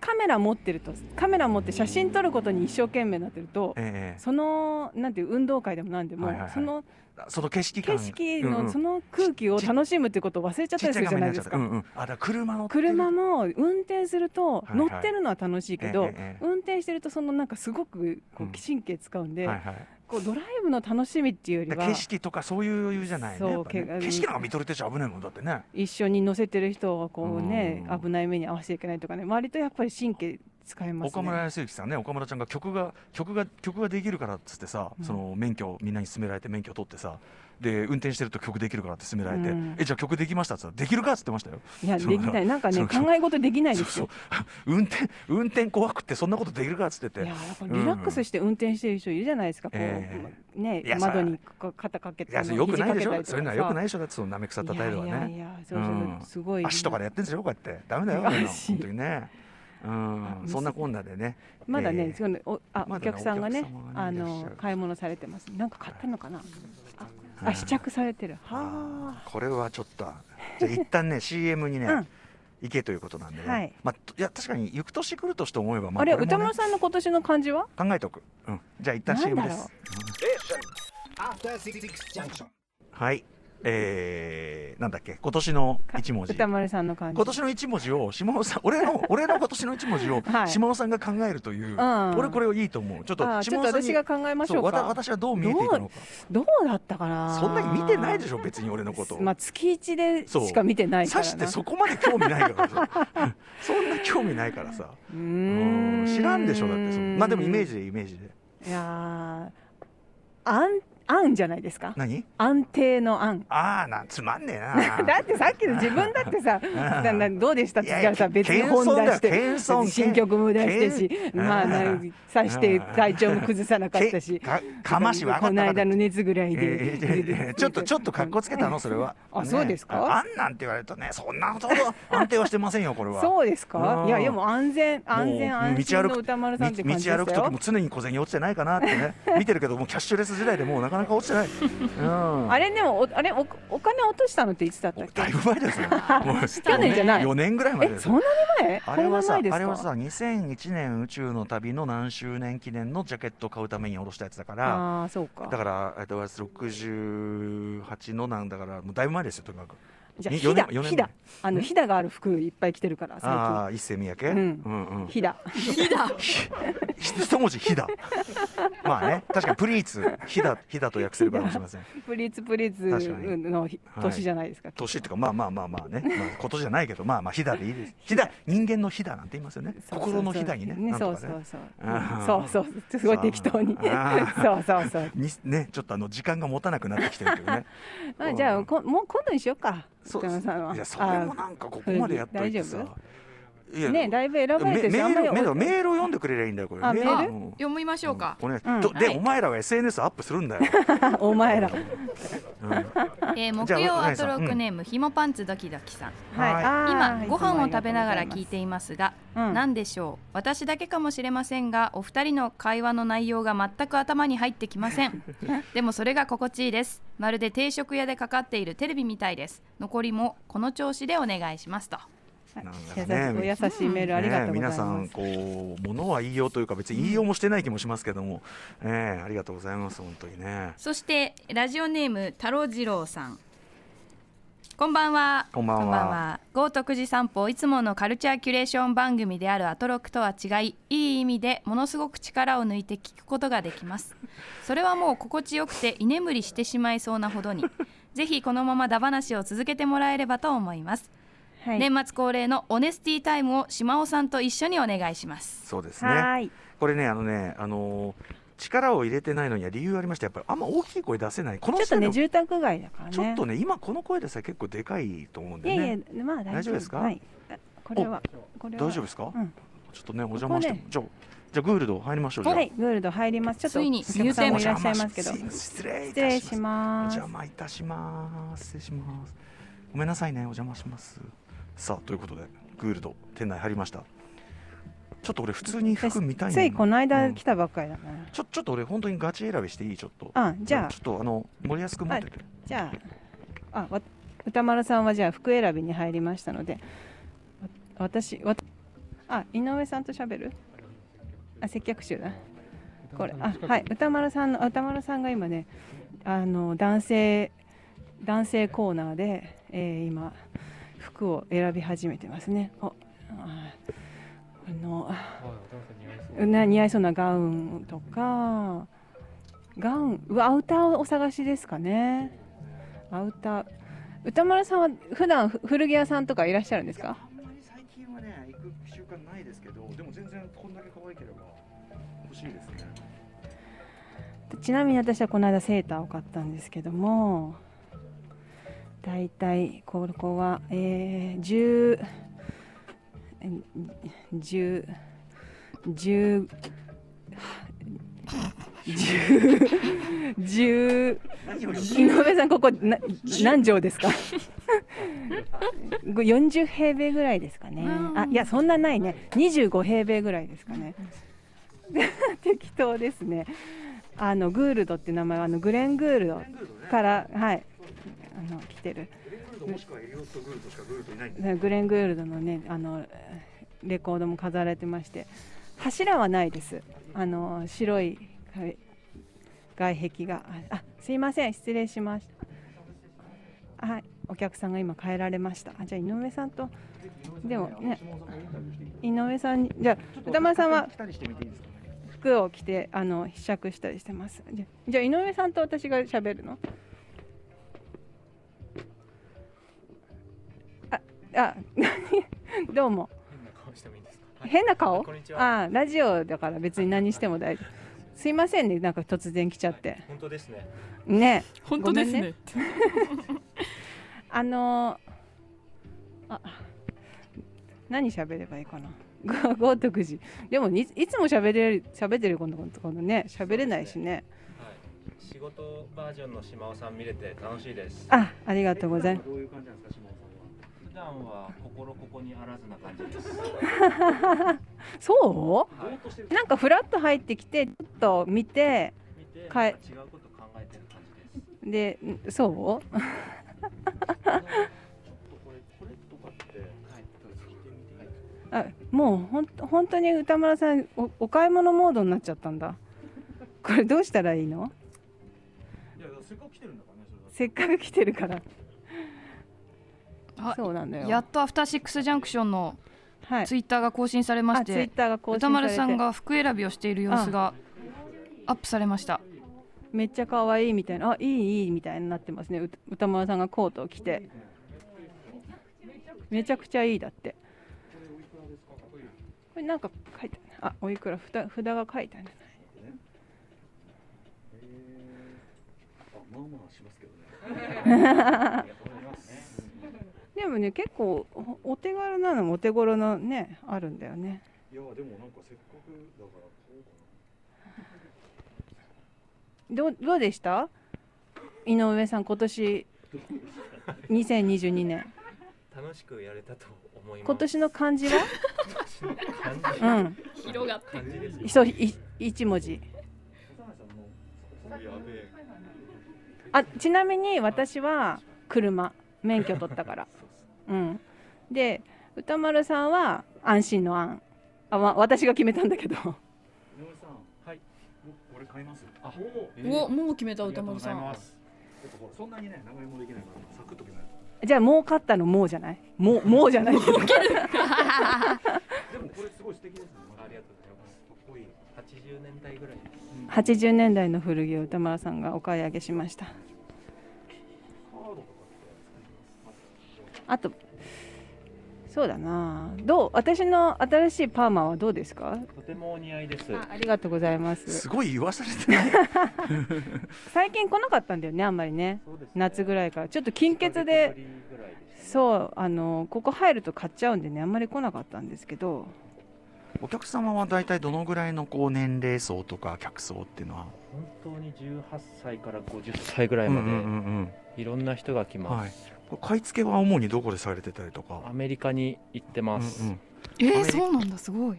S3: カメラ持ってるとカメラ持って写真撮ることに一生懸命になってると、
S2: ええ
S3: そのなんていう運動会でもなんでも、
S2: はいはいはい
S3: その
S2: その景色感
S3: 景色
S2: うんう
S3: の
S2: ん
S3: その空気を楽しむっていうことを忘れちゃっ
S2: ち
S3: た
S2: っ
S3: り
S2: ち
S3: す
S2: ゃい画
S3: るじゃ
S2: 面に
S3: な
S2: ないっち
S3: で
S2: ゃった。
S3: すか
S2: う。んうん。あ、だから車乗ってる
S3: 車も運転すると
S2: はいは
S3: 乗
S2: い
S3: ってるのは楽しいけ
S2: え
S3: ど、
S2: えええ
S3: 運転してるとそのなんかすごくこう
S2: うん
S3: 神経使うんで、
S2: はいはい。
S3: こうドライブの楽しみっていうより
S2: だ
S3: は
S2: から景色とかそういう余裕じゃない
S3: そう
S2: ね。やっぱね
S3: け
S2: 景色なんか見とれてちゃ危ないもんだってね。
S3: 一緒に乗せてる人をこうね
S2: うん
S3: 危ない目に遭わせちゃいけないとかね割とやっぱり神経使います
S2: 岡村
S3: ね。
S2: 康之さんね岡村ちゃんが曲が曲が曲ができるからっつってさ、
S3: うん
S2: その免許をみんなに勧められて免許を取ってさで運転してると曲できるからって勧められて、
S3: うん
S2: えじゃあ曲できましたっつったらできるかっつってましたよ
S3: いや
S2: そう
S3: できないなんかね
S2: そう
S3: 考え事できない
S2: そう
S3: です
S2: そう
S3: よ。
S2: 運転運転怖くてそんなことできるかっつってて
S3: いややっぱリラックスして運転してる人いるじゃないですか、こう
S2: え
S3: ね
S2: いや
S3: 窓にこう肩かけ
S2: い
S3: て
S2: やそれよくないでし
S3: 肘
S2: ょ
S3: かけたりとかさ
S2: そういうのはよくないでしょだってそのなめくさった態度はい
S3: やいやい
S2: ね
S3: やそうそう
S2: うん
S3: すごい
S2: 足とかでやってんでしょこうやってダメだよそんなの
S3: 足
S2: 本当にねうん
S3: あ
S2: そんなこんなでね
S3: まだ
S2: え
S3: ね
S2: え、
S3: そのおあ、
S2: まだね
S3: お客さんがね
S2: お客様が
S3: あ
S2: ねいらっしゃ
S3: の
S2: る
S3: 買い物されてます。なんか買ったのかな。あ、あ試着されてる。は
S2: これはちょっとじゃあ一旦ね CM にね、
S3: うん
S2: 行けということなんでね、
S3: はい
S2: まあ、といや確かに行く年来る年と思えば、
S3: あ。
S2: まあ、
S3: あれ、
S2: こもね
S3: 歌丸さんの今年の漢字は？
S2: 考えておく、うん、じゃあ一旦
S3: なん
S2: CM
S3: だ
S2: で
S3: ろう
S5: Station.
S2: す。
S5: After six junction.
S2: はいえー、なんだっけ今年の一文字
S3: 歌丸さんの漢 字。
S2: 今年の一文字を島尾さん俺 の俺の今年の一文字を
S3: はい
S2: 島尾さんが考えるという、
S3: うん
S2: 俺これをいいと思うちょっと
S3: あち
S2: 島
S3: ょ
S2: 尾
S3: っと
S2: さんに
S3: 私が考えまし
S2: そ
S3: ょ
S2: う
S3: う
S2: わた
S3: か。
S2: 私はどう見えていたのか
S3: どうだったかな。
S2: そんなに見てないで
S3: ょ。
S2: しょ別に俺のことを。
S3: まあ月一でしか見てないか
S2: さ
S3: ら
S2: し
S3: な。
S2: てそこまで興味ないからさ そんな興味ないからさ
S3: うー
S2: うん
S3: ん。
S2: 知らんでしょだってそのまあでもイメージでイメージで
S3: ジ。いやー、安安じゃないですか。
S2: 何
S3: 安定の安。
S2: ああなんつまんねえな
S3: だってさっきの自分だってさ、ななどうでしたって言
S2: い
S3: ったら
S2: や
S3: さ、別に本
S2: 謙遜だよ
S3: 出して
S2: 謙遜、
S3: 新曲も出して
S2: 謙
S3: し、まあ、なさして体調も崩さなかった し
S2: け、かかましわか
S3: こ
S2: っ
S3: の
S2: た
S3: 間
S2: か
S3: の
S2: な
S3: 熱ぐらい
S2: ええ
S3: で
S2: え、ちょっとちょっと格好つけたのそれは
S3: あ
S2: ね
S3: そうですか
S2: ああんなんって言われるとねそんなほど安定はしてませんよこれは
S3: そうですか
S2: う、ん
S3: いや、でも安全、安全、
S2: もう
S3: 安心
S2: 道
S3: の
S2: 歩く
S3: 歌丸
S2: 道
S3: さんって感じで
S2: 道歩
S3: し
S2: く
S3: た
S2: 時
S3: よ
S2: も。常に小銭落ちてないかなってね見てるけどもうキャッシュレス時代でもうなかなか落ちてない、うん、
S3: あれでも、おあれお、お金落としたのっていつだったっけ
S2: だいぶ前ですよもう
S3: 去年じゃない
S2: 4年ぐらい前
S3: え、
S2: です
S3: そ
S2: よ
S3: んなに前
S2: あれは
S3: こ
S2: さ、あ
S3: んな前ですか
S2: れはさ、2001年宇宙の旅の何周年記念のジャケットを買うために下ろしたやつだから、
S3: ああー、そうか。
S2: だから、えっと、68のなんだから、もうだいぶ前ですよ、とにかく。
S3: じゃあ
S2: よ
S3: ひ
S2: ね
S3: だ
S2: よね
S3: ひだあのひだがある服いっぱい着てるから
S2: あ
S3: 最
S2: あ一世三宅、
S3: うん
S2: うんうん
S3: 近ひだ
S2: 一文字ひだまあね確かにプリーツひだひだと訳せるかもしれません
S3: プリーツプリー
S2: 確
S3: ズ
S2: かに
S3: のひ
S2: はい
S3: 年じゃないですか、
S2: 年っていうかまあまあまあまあね、まあ、ことじゃないけどまあまあひだでいいですひだ人間のひだなんて言いますよね
S3: そうそうそう
S2: 心のひだにねなん
S3: そ
S2: と
S3: う
S2: か
S3: そ
S2: ね
S3: うそう
S2: あー
S3: そうそうそうすごい適当に
S2: あー
S3: そうそ うそう
S2: にねちょっとあの時間が持たなくなってきてるけどね
S3: あじゃあこもう今度にしようか
S2: そ
S3: 北
S2: うい
S3: 山さんは
S2: やそれもなんかここまでやっといてさ
S3: 大
S2: い
S3: 丈あ
S2: や
S3: ーねだいぶ選ばれて
S2: メ
S3: るし
S2: メ
S3: あんま
S2: ー
S3: り
S2: ルメールメールを読んでくれりゃいいんだよこれ
S3: あメール
S2: うん
S8: 読みましょうか、
S2: お願い
S3: うん
S2: とで、
S8: はい
S2: お前らは SNS アップするんだよ、
S3: お前ら
S2: うんはい
S8: えー
S2: じゃあ
S8: 木曜アトロ
S2: お姉さ
S8: ク
S2: ん
S8: ネームひもパンツドキドキさん
S2: は
S8: 今ご飯を食べながら聞い
S3: て、
S8: ていますが
S3: うん、
S8: 何でしょう私だけかもしれませんがお二人の会話の内容が全く頭に入ってきませ んでもそれが心地いいですまるで定食屋でかかっているテレビみたいです残りもこの調子でお願いしますと
S3: はい
S2: なん
S3: 優し
S2: だろうね
S3: くお優しいメールありが
S2: ね
S3: とうご
S2: 皆
S3: ざいます、
S2: さんこう物は言いようというか別に言いようもしてない気もしますけども、ええありがとうございます本当にね
S8: そしてラジオネーム太郎次郎さんこんばんは
S2: こんばんは
S8: 豪徳寺散歩いつものカルチャーキュレーション番組であるアトロクとは違いいい意味でものすごく力を抜いて聞くことができますそれはもう心地よくて居眠りしてしまいそうなほどにぜひこのままダ話を続けてもらえればと思います、
S3: はい
S8: 年末恒例のオネスティタイムを島尾さんと一緒にお願いします
S2: そうです
S3: は
S2: ね
S3: ーい
S2: これねあのねあのー力を入れてないのには理由ありましてやっぱりあんま大きい声出せないこの
S3: ちょっと
S2: 人
S3: ね
S2: の
S3: 住宅街だからね
S2: ちょっとね今この声でさえ結構でかいと思うんで
S3: いや
S2: ね
S3: いやまあ大
S2: 大丈
S3: 丈夫
S2: 夫ですか
S3: はい、あこれはこれは
S2: 大丈夫ですか、
S3: うん
S2: ちょっとねお邪魔しても
S3: こ
S2: じゃあじゃあグールド入りましょうじゃあ
S3: はいグールド入りますちょっと
S8: ついに
S3: お客さんもいらっしゃいますけど
S2: お邪魔し失礼い
S3: 失
S2: た
S3: 礼
S2: します
S3: し
S2: お
S3: ます
S2: 邪魔いたします失礼しますごめんなさいねお邪魔しますさあということでグールド店内入りましたちょっと俺普通に服見たいんだ
S3: つ
S2: よ
S3: いこの間
S2: うん
S3: 来たばっかりだな、
S2: ちょちょっと俺本当にガチ選びしていいちょっと
S3: あじゃあ
S2: ちょっとあの森安く持ってて
S3: じゃああわ歌丸さんはじゃあ服選びに入りましたのでわ私わあ井上さんと喋るあ接客中だこれあはい歌丸さんのあ歌丸さんが今ねあの男性男性コーナーで、えー今服を選び始めてますねおああのな似合いそうなガウンとかガウンうわアウターをお探しですかねアウター歌丸さんは普段ふ古着屋さんとかいらっしゃるんですか
S2: んまり最近はね行く習慣ないですけどでも全然こんだけ可愛ければ欲しいですね
S3: ちなみに私はこの間セーターを買ったんですけどもだいたいここは、えー、10えー10 10 10
S2: 何を言
S3: 井上さんここな何畳ですか40平米ぐらいですかねあいやそんなないね25平米ぐらいですかね適当ですねあのグールドって名前はあのグレン・グールドからはいあの来てる
S2: うもしくはエリオットグールドしかグールドいないんだ
S3: ねグレン・グールドのねあのレコードも飾られてまして柱はないですあの白いはい外壁がああすいません失礼しましたはいお客さんが今帰られましたあじゃあ井上さんとでもね井上さんにじゃあ歌丸さんは
S2: 来たりしてみていいですか
S3: 服を着てあの試着したりしてますじゃじゃあ井上さんと私が喋るのああ 何どうも変な顔
S10: こんにちは。
S3: あラジオだから別に何しても大丈 夫すいませんねなんか突然来ちゃって
S10: 本当ですね。
S3: ね
S4: 本
S3: 当ですねごめん あのーあ何喋ればいいかな ご豪徳寺でもいいつも喋れる喋ってるこのこのね喋れないしね
S10: はい。仕事バージョンの島尾さん見れて楽しいです。
S3: あありがとうございます
S2: どういう感じなんですか島尾
S10: 普段は心ここにあらずな感じです。
S2: さんはぼーっと
S3: そ
S2: してる
S3: うなんかフラッと入ってきてちょっと見て
S10: 見て、
S3: はい
S10: なんか違うこと考えてる感じです。
S3: でんそ
S10: ち
S3: う
S10: ょっとこれこれとかって、はい、聞いてみていいですか。
S3: あもうほんと本当に歌村さんおお買い物モードになっちゃったんだこれどうしたらいいの
S10: いやせっかく来てるんだからね。それだって
S3: せっかく来てるから
S8: あ
S3: そうなんだよ
S8: やっとアフターシックスジャンクションの
S3: はい
S8: ツイッターが更新されまし
S3: あツイ
S8: て
S3: ッターが更新
S8: 歌
S3: され
S8: 丸
S3: て
S8: さんが服選びをしている様子がアップされました
S3: めっちゃ可愛いみたいなあいいいいみたいになってますねう歌丸さんがコートを着てめちゃくちゃいいだってこれなんか書いてあるあおいくら札札が書いてあるんじゃない
S10: まあまあしますけどね。
S3: でもね結構おお手軽なのもお手頃のねあるんだよね
S10: いやでもなんかせっかくだからこうかな。
S3: どうどうでした井上さん今年2022年
S11: 楽しくやれたと思います
S3: 今年の漢字は
S11: 感じ
S3: うん
S4: 広がっ
S11: 感じです
S3: 一い一文
S11: や
S3: 字
S11: べえ
S3: あちなみに私は車免許取ったからうんで歌丸さんは安心の安あ、ま、私が決めたんだけど
S10: 井上さん。はい。これ買います。あ、
S4: ておもう決めた歌丸さ
S10: ち
S4: ん
S10: ょっとほらそんなにね名前もできないからサクッと決めないと。
S3: じゃあ儲かったのもうじゃないもうもうじゃないけど
S10: でもこれすごい素敵ですね。
S11: ありがとうございます
S10: かっこいい。
S11: 80年代ぐらいです
S3: 80年代の古着を歌丸さんがお買い上げしましたあとそうだなどう私の新しいパーマはどうですか
S9: とてもお似合いです
S3: あありがとうございます
S2: すごい言わされてない
S3: 最近来なかったんだよねあんまりね
S9: そうですね
S3: 夏ぐらいからちょっと金欠
S9: 一ヶ
S3: で
S9: 月ぶりぐらいですね
S3: そうあのここ入ると買っちゃうんでねあんまり来なかったんですけど
S2: お客様は大体どのぐらいのこう年齢層とか客層っていうのは、
S9: 本当に18歳から50歳ぐらい
S2: うんう
S9: ま
S2: ん
S9: で、
S2: うん
S9: いろんな人が来
S2: うん
S9: ます、
S2: はい、これ買い付けは主にどこでされてたりと
S9: ア
S2: か、
S9: メリカに行って
S2: うんう
S9: ます、
S2: ん、
S4: え
S2: アメ
S4: ー、
S2: リカ
S4: そうなんだすごい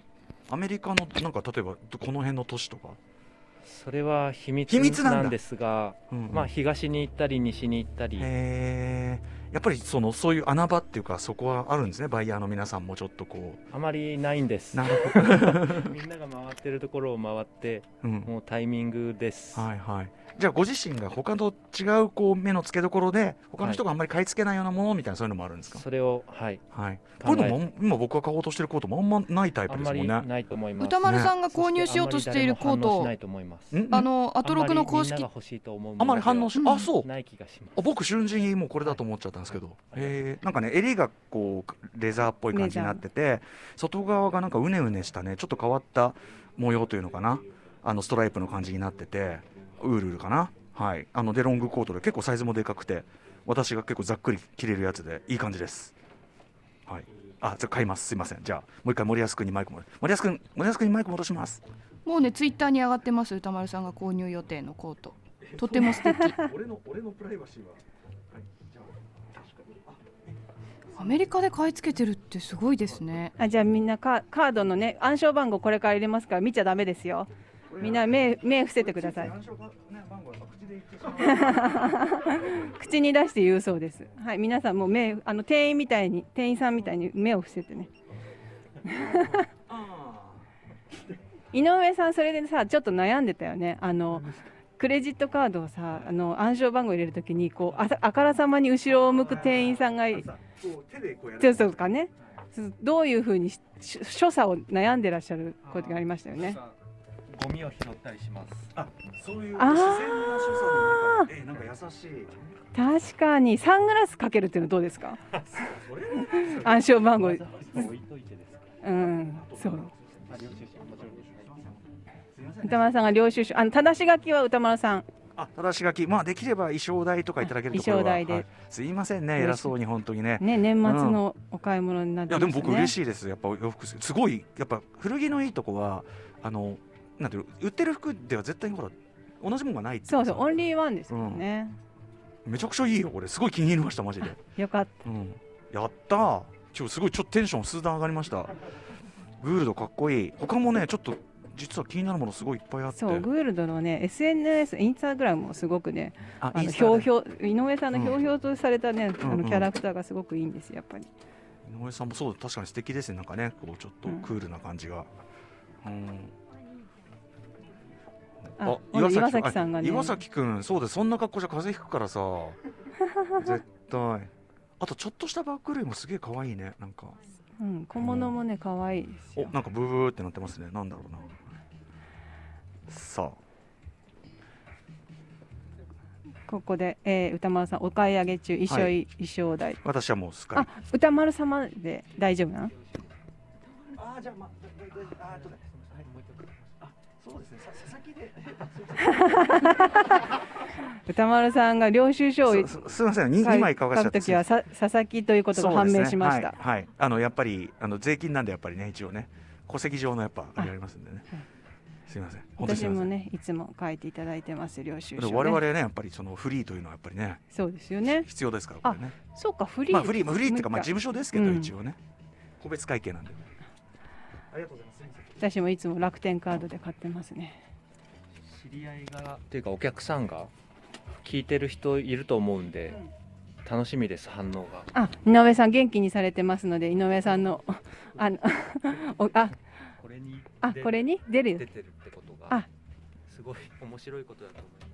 S2: アメリカのなんか例えばこの辺の都市とか、
S9: それは秘密
S2: 秘密なんだ
S9: なんですが
S2: うんうん
S9: まあ東に行ったり西に行ったり
S2: へーやっぱりそのそういう穴場っていうかそこはあるんですねバイヤーの皆さんもちょっとこ
S9: あまりないんです
S2: うなるほど、
S9: みんなが回ってるところを回って
S2: うん、
S9: もうタイミングです、
S2: はいはいじゃあご自身が他と違うこう目の付けどころで他の人があんまり買い付けないようなものみたいなそういうのもあるんですか、
S9: それをはい
S2: はい、こ
S9: 考え
S2: ういうのも今僕が買おうとしてるコートもあんまないタイ
S9: あ
S2: プ
S9: ん
S2: ですも
S9: まり
S2: んね
S9: ないと思います
S4: 歌丸さんが購入しようとしているコー
S9: そしてあんまり誰も反応しない
S4: ト
S9: と思います
S2: ん
S4: あのアトロクの公
S9: あんまりみんな
S4: 式
S9: が欲しいと思うもの
S2: あんまり反応し、
S4: うん
S2: あそう
S9: ない気がします
S2: あ僕瞬時にもうこれだと思っちゃったんですけど、えーなんかね襟がこうレザーっぽい感じになってて外側がなんかうねうねしたねちょっと変わった模様というのかなあのストライプの感じになっててウールかなはいあのでロングコートで結構サイズもでかくて私が結構ざっくり着れるやつでいい感じですはいあじゃあ買いますすいませんじゃあもう一回森保君にマイク戻森保君森保君にマイク戻します
S4: もうねツイッターに上がってます歌丸さんが購入予定のコートとても素 敵
S10: 俺の俺のプライバシーは。はい。じゃあ確かに。あ、
S4: アメリカで買い付けてるってすごいですね
S3: あじゃあみんなカカードのね暗証番号これから入れますから見ちゃダメですよみんな目目伏せてください
S10: 暗証番ね番号はやっぱ口で言ってしまう。
S3: 口に出して言うそうですはい皆さんもう目あの店員みたいに店員さんみたいに目を伏せてね井上さんそれでさちょっと悩んでたよねあのクレジットカードをさあの暗証番号入れるときにこうあさあからさまに後ろを向く店員さんがい
S10: さこう手でこうやる。
S3: そうそうとかねそうどういうふうにしし所作を悩んでらっしゃることがありましたよね
S9: ゴミを拾ったりします
S10: あ、そういう
S3: あー
S10: 自然な所作の中で、えなんか優しい。
S3: 確かにサングラスかけるっていうのどうですか
S10: それ
S3: 暗証番号
S9: わざわざ置いといてですか
S3: うんそう
S9: あ領収書もちろんですはい
S10: すみません。
S3: 歌丸さんが領収書あの正し書きは歌丸さん
S2: あただし書き、まあ、できれば衣装代とかいただけるところは
S3: 衣装代で
S2: はいすいませんね偉そうに本当にね
S3: ね年末のお買い物になっ
S2: い
S3: て
S2: や
S3: ま
S2: で
S3: し
S2: も
S3: たね
S2: 僕嬉しいですやっぱお洋服すごいやっぱ古着のいいとこはあのなんていうの売ってる服では絶対にほら同じもんがないってい
S3: そうそうオン
S2: リ
S3: リーワンですもんね、
S2: めちゃくちゃいいよこれすごい気に入りましたマジで、
S3: よかっ
S2: うん、やったー今日すごいちょっとテンション数段上がりましたグールドかっこいい他もねちょっと実は気になるものすごいいっぱいあ
S3: た
S2: って
S3: そうグールドのね SNS インスタグラムもすごくね
S2: あ
S3: あ
S2: イ
S3: の
S2: ンス
S3: ひ
S2: タで
S3: ょうひょう井上さんのひょうひょうとされたね、
S2: ん
S3: あ
S2: うん
S3: の
S2: うん
S3: キャラクターがすごくいいんですよやっぱり
S2: 井上さんもそう確かに素敵ですねなんかねこうちょっと
S3: うん
S2: クールな感じが、うん
S3: あ
S2: あ
S3: 今度岩崎さんがね
S2: あ岩崎くんそうですそんな格好じゃ風邪ひくからさ絶対ああとちょっとしたバッグ類もすげえ可愛いねなんか
S3: うん、小物もね可愛いです
S2: お
S3: よ。
S2: なんかブーブーってなってますねなんだろうなさあ
S3: ここで、えー歌丸さんお買い上げ中衣装、
S2: は
S3: 衣装代。
S2: 私はもうすっか
S3: あ
S2: り、
S3: 歌丸様で大丈夫なん？
S10: ああ、じゃあ、まあ、大丈夫ですあー、とか、はい、もう一回。あ、そうですね、さ、佐々木で。
S3: 歌丸さんが領収書を
S2: すすすみませんに
S3: 買
S2: 2
S3: い
S2: 枚買わしちゃって
S3: 買うときはさ佐々木ということが判明しました。
S2: そうですねはい、はいあのやっぱりあの税金なんでやっぱりね一応ね戸籍上のやっぱあれありますんでね
S3: はい
S2: すみません本当にす
S3: 私
S2: みませ
S3: も
S2: ん
S3: ねいつも書いていただいてます領収
S2: で
S3: 書、ね。
S2: も我々ねやっぱりそのフリーというのはやっぱりね
S3: そうですよね。
S2: 必要ですからこれね
S3: そうかフリー。
S2: まあフリーまあフリーっていうかまあ事務所ですけど、
S3: うん
S2: 一応ね個別会計なんでありがとうございます
S3: 私もいつも楽天カードで買ってますね。
S11: 知り合いが
S9: っていうかお客さんが聞いてる人いると思うんで楽しみです反応が
S3: あ井上さん元気にされてますので井上さんのあの おあ
S11: これに
S3: あ
S11: 出
S3: これに出るよ
S11: 出てるってこと
S3: あ
S11: がすごい面白いことだと思います。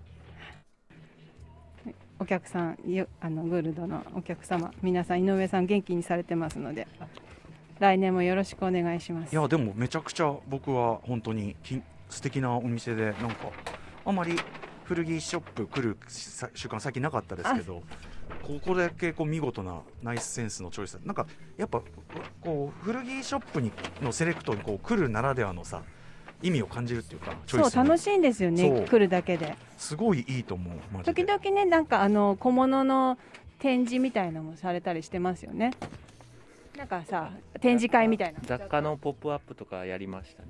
S3: お客さんよあのグールドのお客様皆さん井上さん元気にされてますので来年もよろしくお願いします
S2: いやでもめちゃくちゃ僕は本当にき素敵なお店でなんかあまり古着ショップ来るさ習慣最近なかったですけどここだけこう見事なナイスセンスのチョイスだなんかやっぱこう古着ショップにのセレクトにこう来るならではのさ意味を感じるっていうかチョ
S3: そ
S2: イ
S3: う
S2: スに
S3: 楽しいんですよ
S2: そ
S3: ね
S2: う
S3: 来るだけです
S2: ごいいいと思うマジ
S3: 時
S2: で
S3: 々ねなんかあの小物の展示みたいなのもされたりしてますよねなんかさ展示会みたいな
S9: 雑貨のポップアップとかやりましたね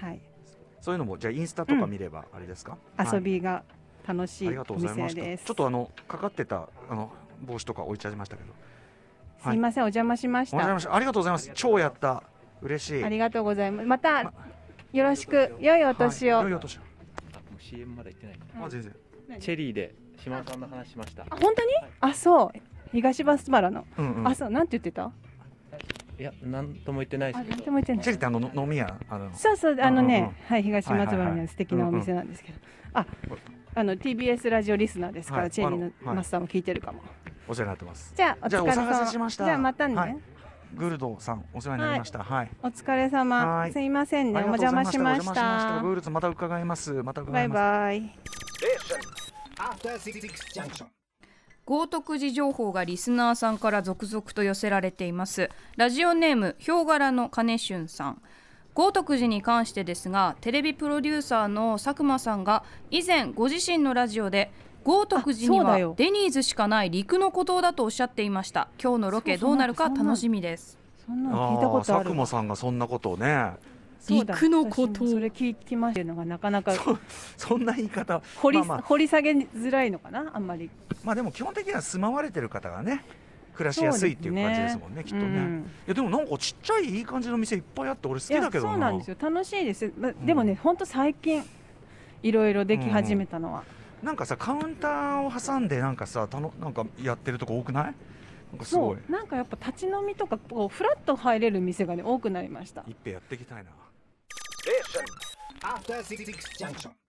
S3: はい
S2: そういうのもじゃあインスタとか見ればあれですか、はい
S3: 遊びが楽しい
S2: ありがと
S3: お
S2: うございま
S3: 店
S2: し
S3: で
S2: た
S3: す
S2: ちょっとあのかかってたあの帽子とか置いちゃいましたけど
S3: すいませんお邪魔しまし
S2: おはようござい
S3: た
S2: ましたありがとうございます超やった嬉しい
S3: ありがとうございますまた
S2: ま
S3: よろしく良いお年を、
S2: はい、良いお年を
S9: あもう CM まだ行ってない
S2: あ全然
S9: チェリーで島尾さんの話しました
S3: あ本当にあそう東松原の
S2: うんうん
S3: あそうなんて言ってた
S9: いや何とも言ってないで
S3: あ
S9: すけ
S3: なん
S9: ど
S3: とも言ってない
S2: チェリってあのの飲み屋あの
S3: そうそう、あのね、
S2: うんうんうん
S3: はい、東松原には素敵なお店なんですけど。あ、あの T. B. S. ラジオリスナーですから、
S2: はい
S3: チェリー
S2: あのは
S3: の
S2: い
S3: マスターも聞いてるかも。
S2: お世話になってます
S3: じゃあ、お
S2: じゃあ
S3: 疲れ
S2: お騒
S3: 様。
S2: がせしました
S3: じゃあ、またね、
S2: はいグルドさんお世話になりましたはい、
S3: お疲れ
S2: は
S3: 様。
S2: い
S3: すいませんね、
S2: あ
S3: お
S2: りがとうござ
S3: 邪
S2: い
S3: 魔しま
S2: お
S3: し
S2: 邪魔
S3: た
S2: グ。ルドさんまた伺いますまた伺
S3: バ
S2: い
S3: イ
S2: ます
S3: バイ。
S5: After Six Junction.
S8: 豪徳寺情報がリスナーさんから続々と寄せられていますラジオネームヒョウ柄の金俊さん豪徳寺に関してですがテレビプロデューサーの佐久間さんが以前ご自身のラジオで豪徳寺
S3: あそ
S8: に
S3: うだ
S8: は
S3: よ
S8: デニーズしかない陸の孤島だとおっしゃっていました今日のロ
S3: そ
S8: ケ
S3: うそう
S8: どうなるか
S3: なんかそんな
S8: 楽しみです
S3: そんな
S2: あ
S3: の聞いたこと
S2: ー
S3: あ
S2: 佐久
S3: る。
S2: 間さんがそんなことをね
S3: そうだ
S8: 陸の孤島
S3: 私もそれ聞きましたのがなかなか
S2: そうそんな言い方
S3: 掘り、
S2: まあまあ
S3: 掘り下げづらいのかな、あんまり。
S2: まあでも基本的には住まわれてる方がね暮らしやすいっていう感じですもんねきっとね、
S3: うん
S2: いやでもなんかちっちゃいいい感じの店いっぱいあって俺好きだけど
S3: い
S2: な
S3: やそうなんですよ楽しいです、までもね本当最近いろいろでき始めたのは、
S2: なんかさカウンターを挟んでなんかさたのなんかやってるとこ多くないなんかす
S3: そ
S2: ごいう
S3: なんかやっぱ立ち飲みとかこうフラッと入れる店がね多くなりました
S2: 一平やっていきたいな
S5: After Six Junction.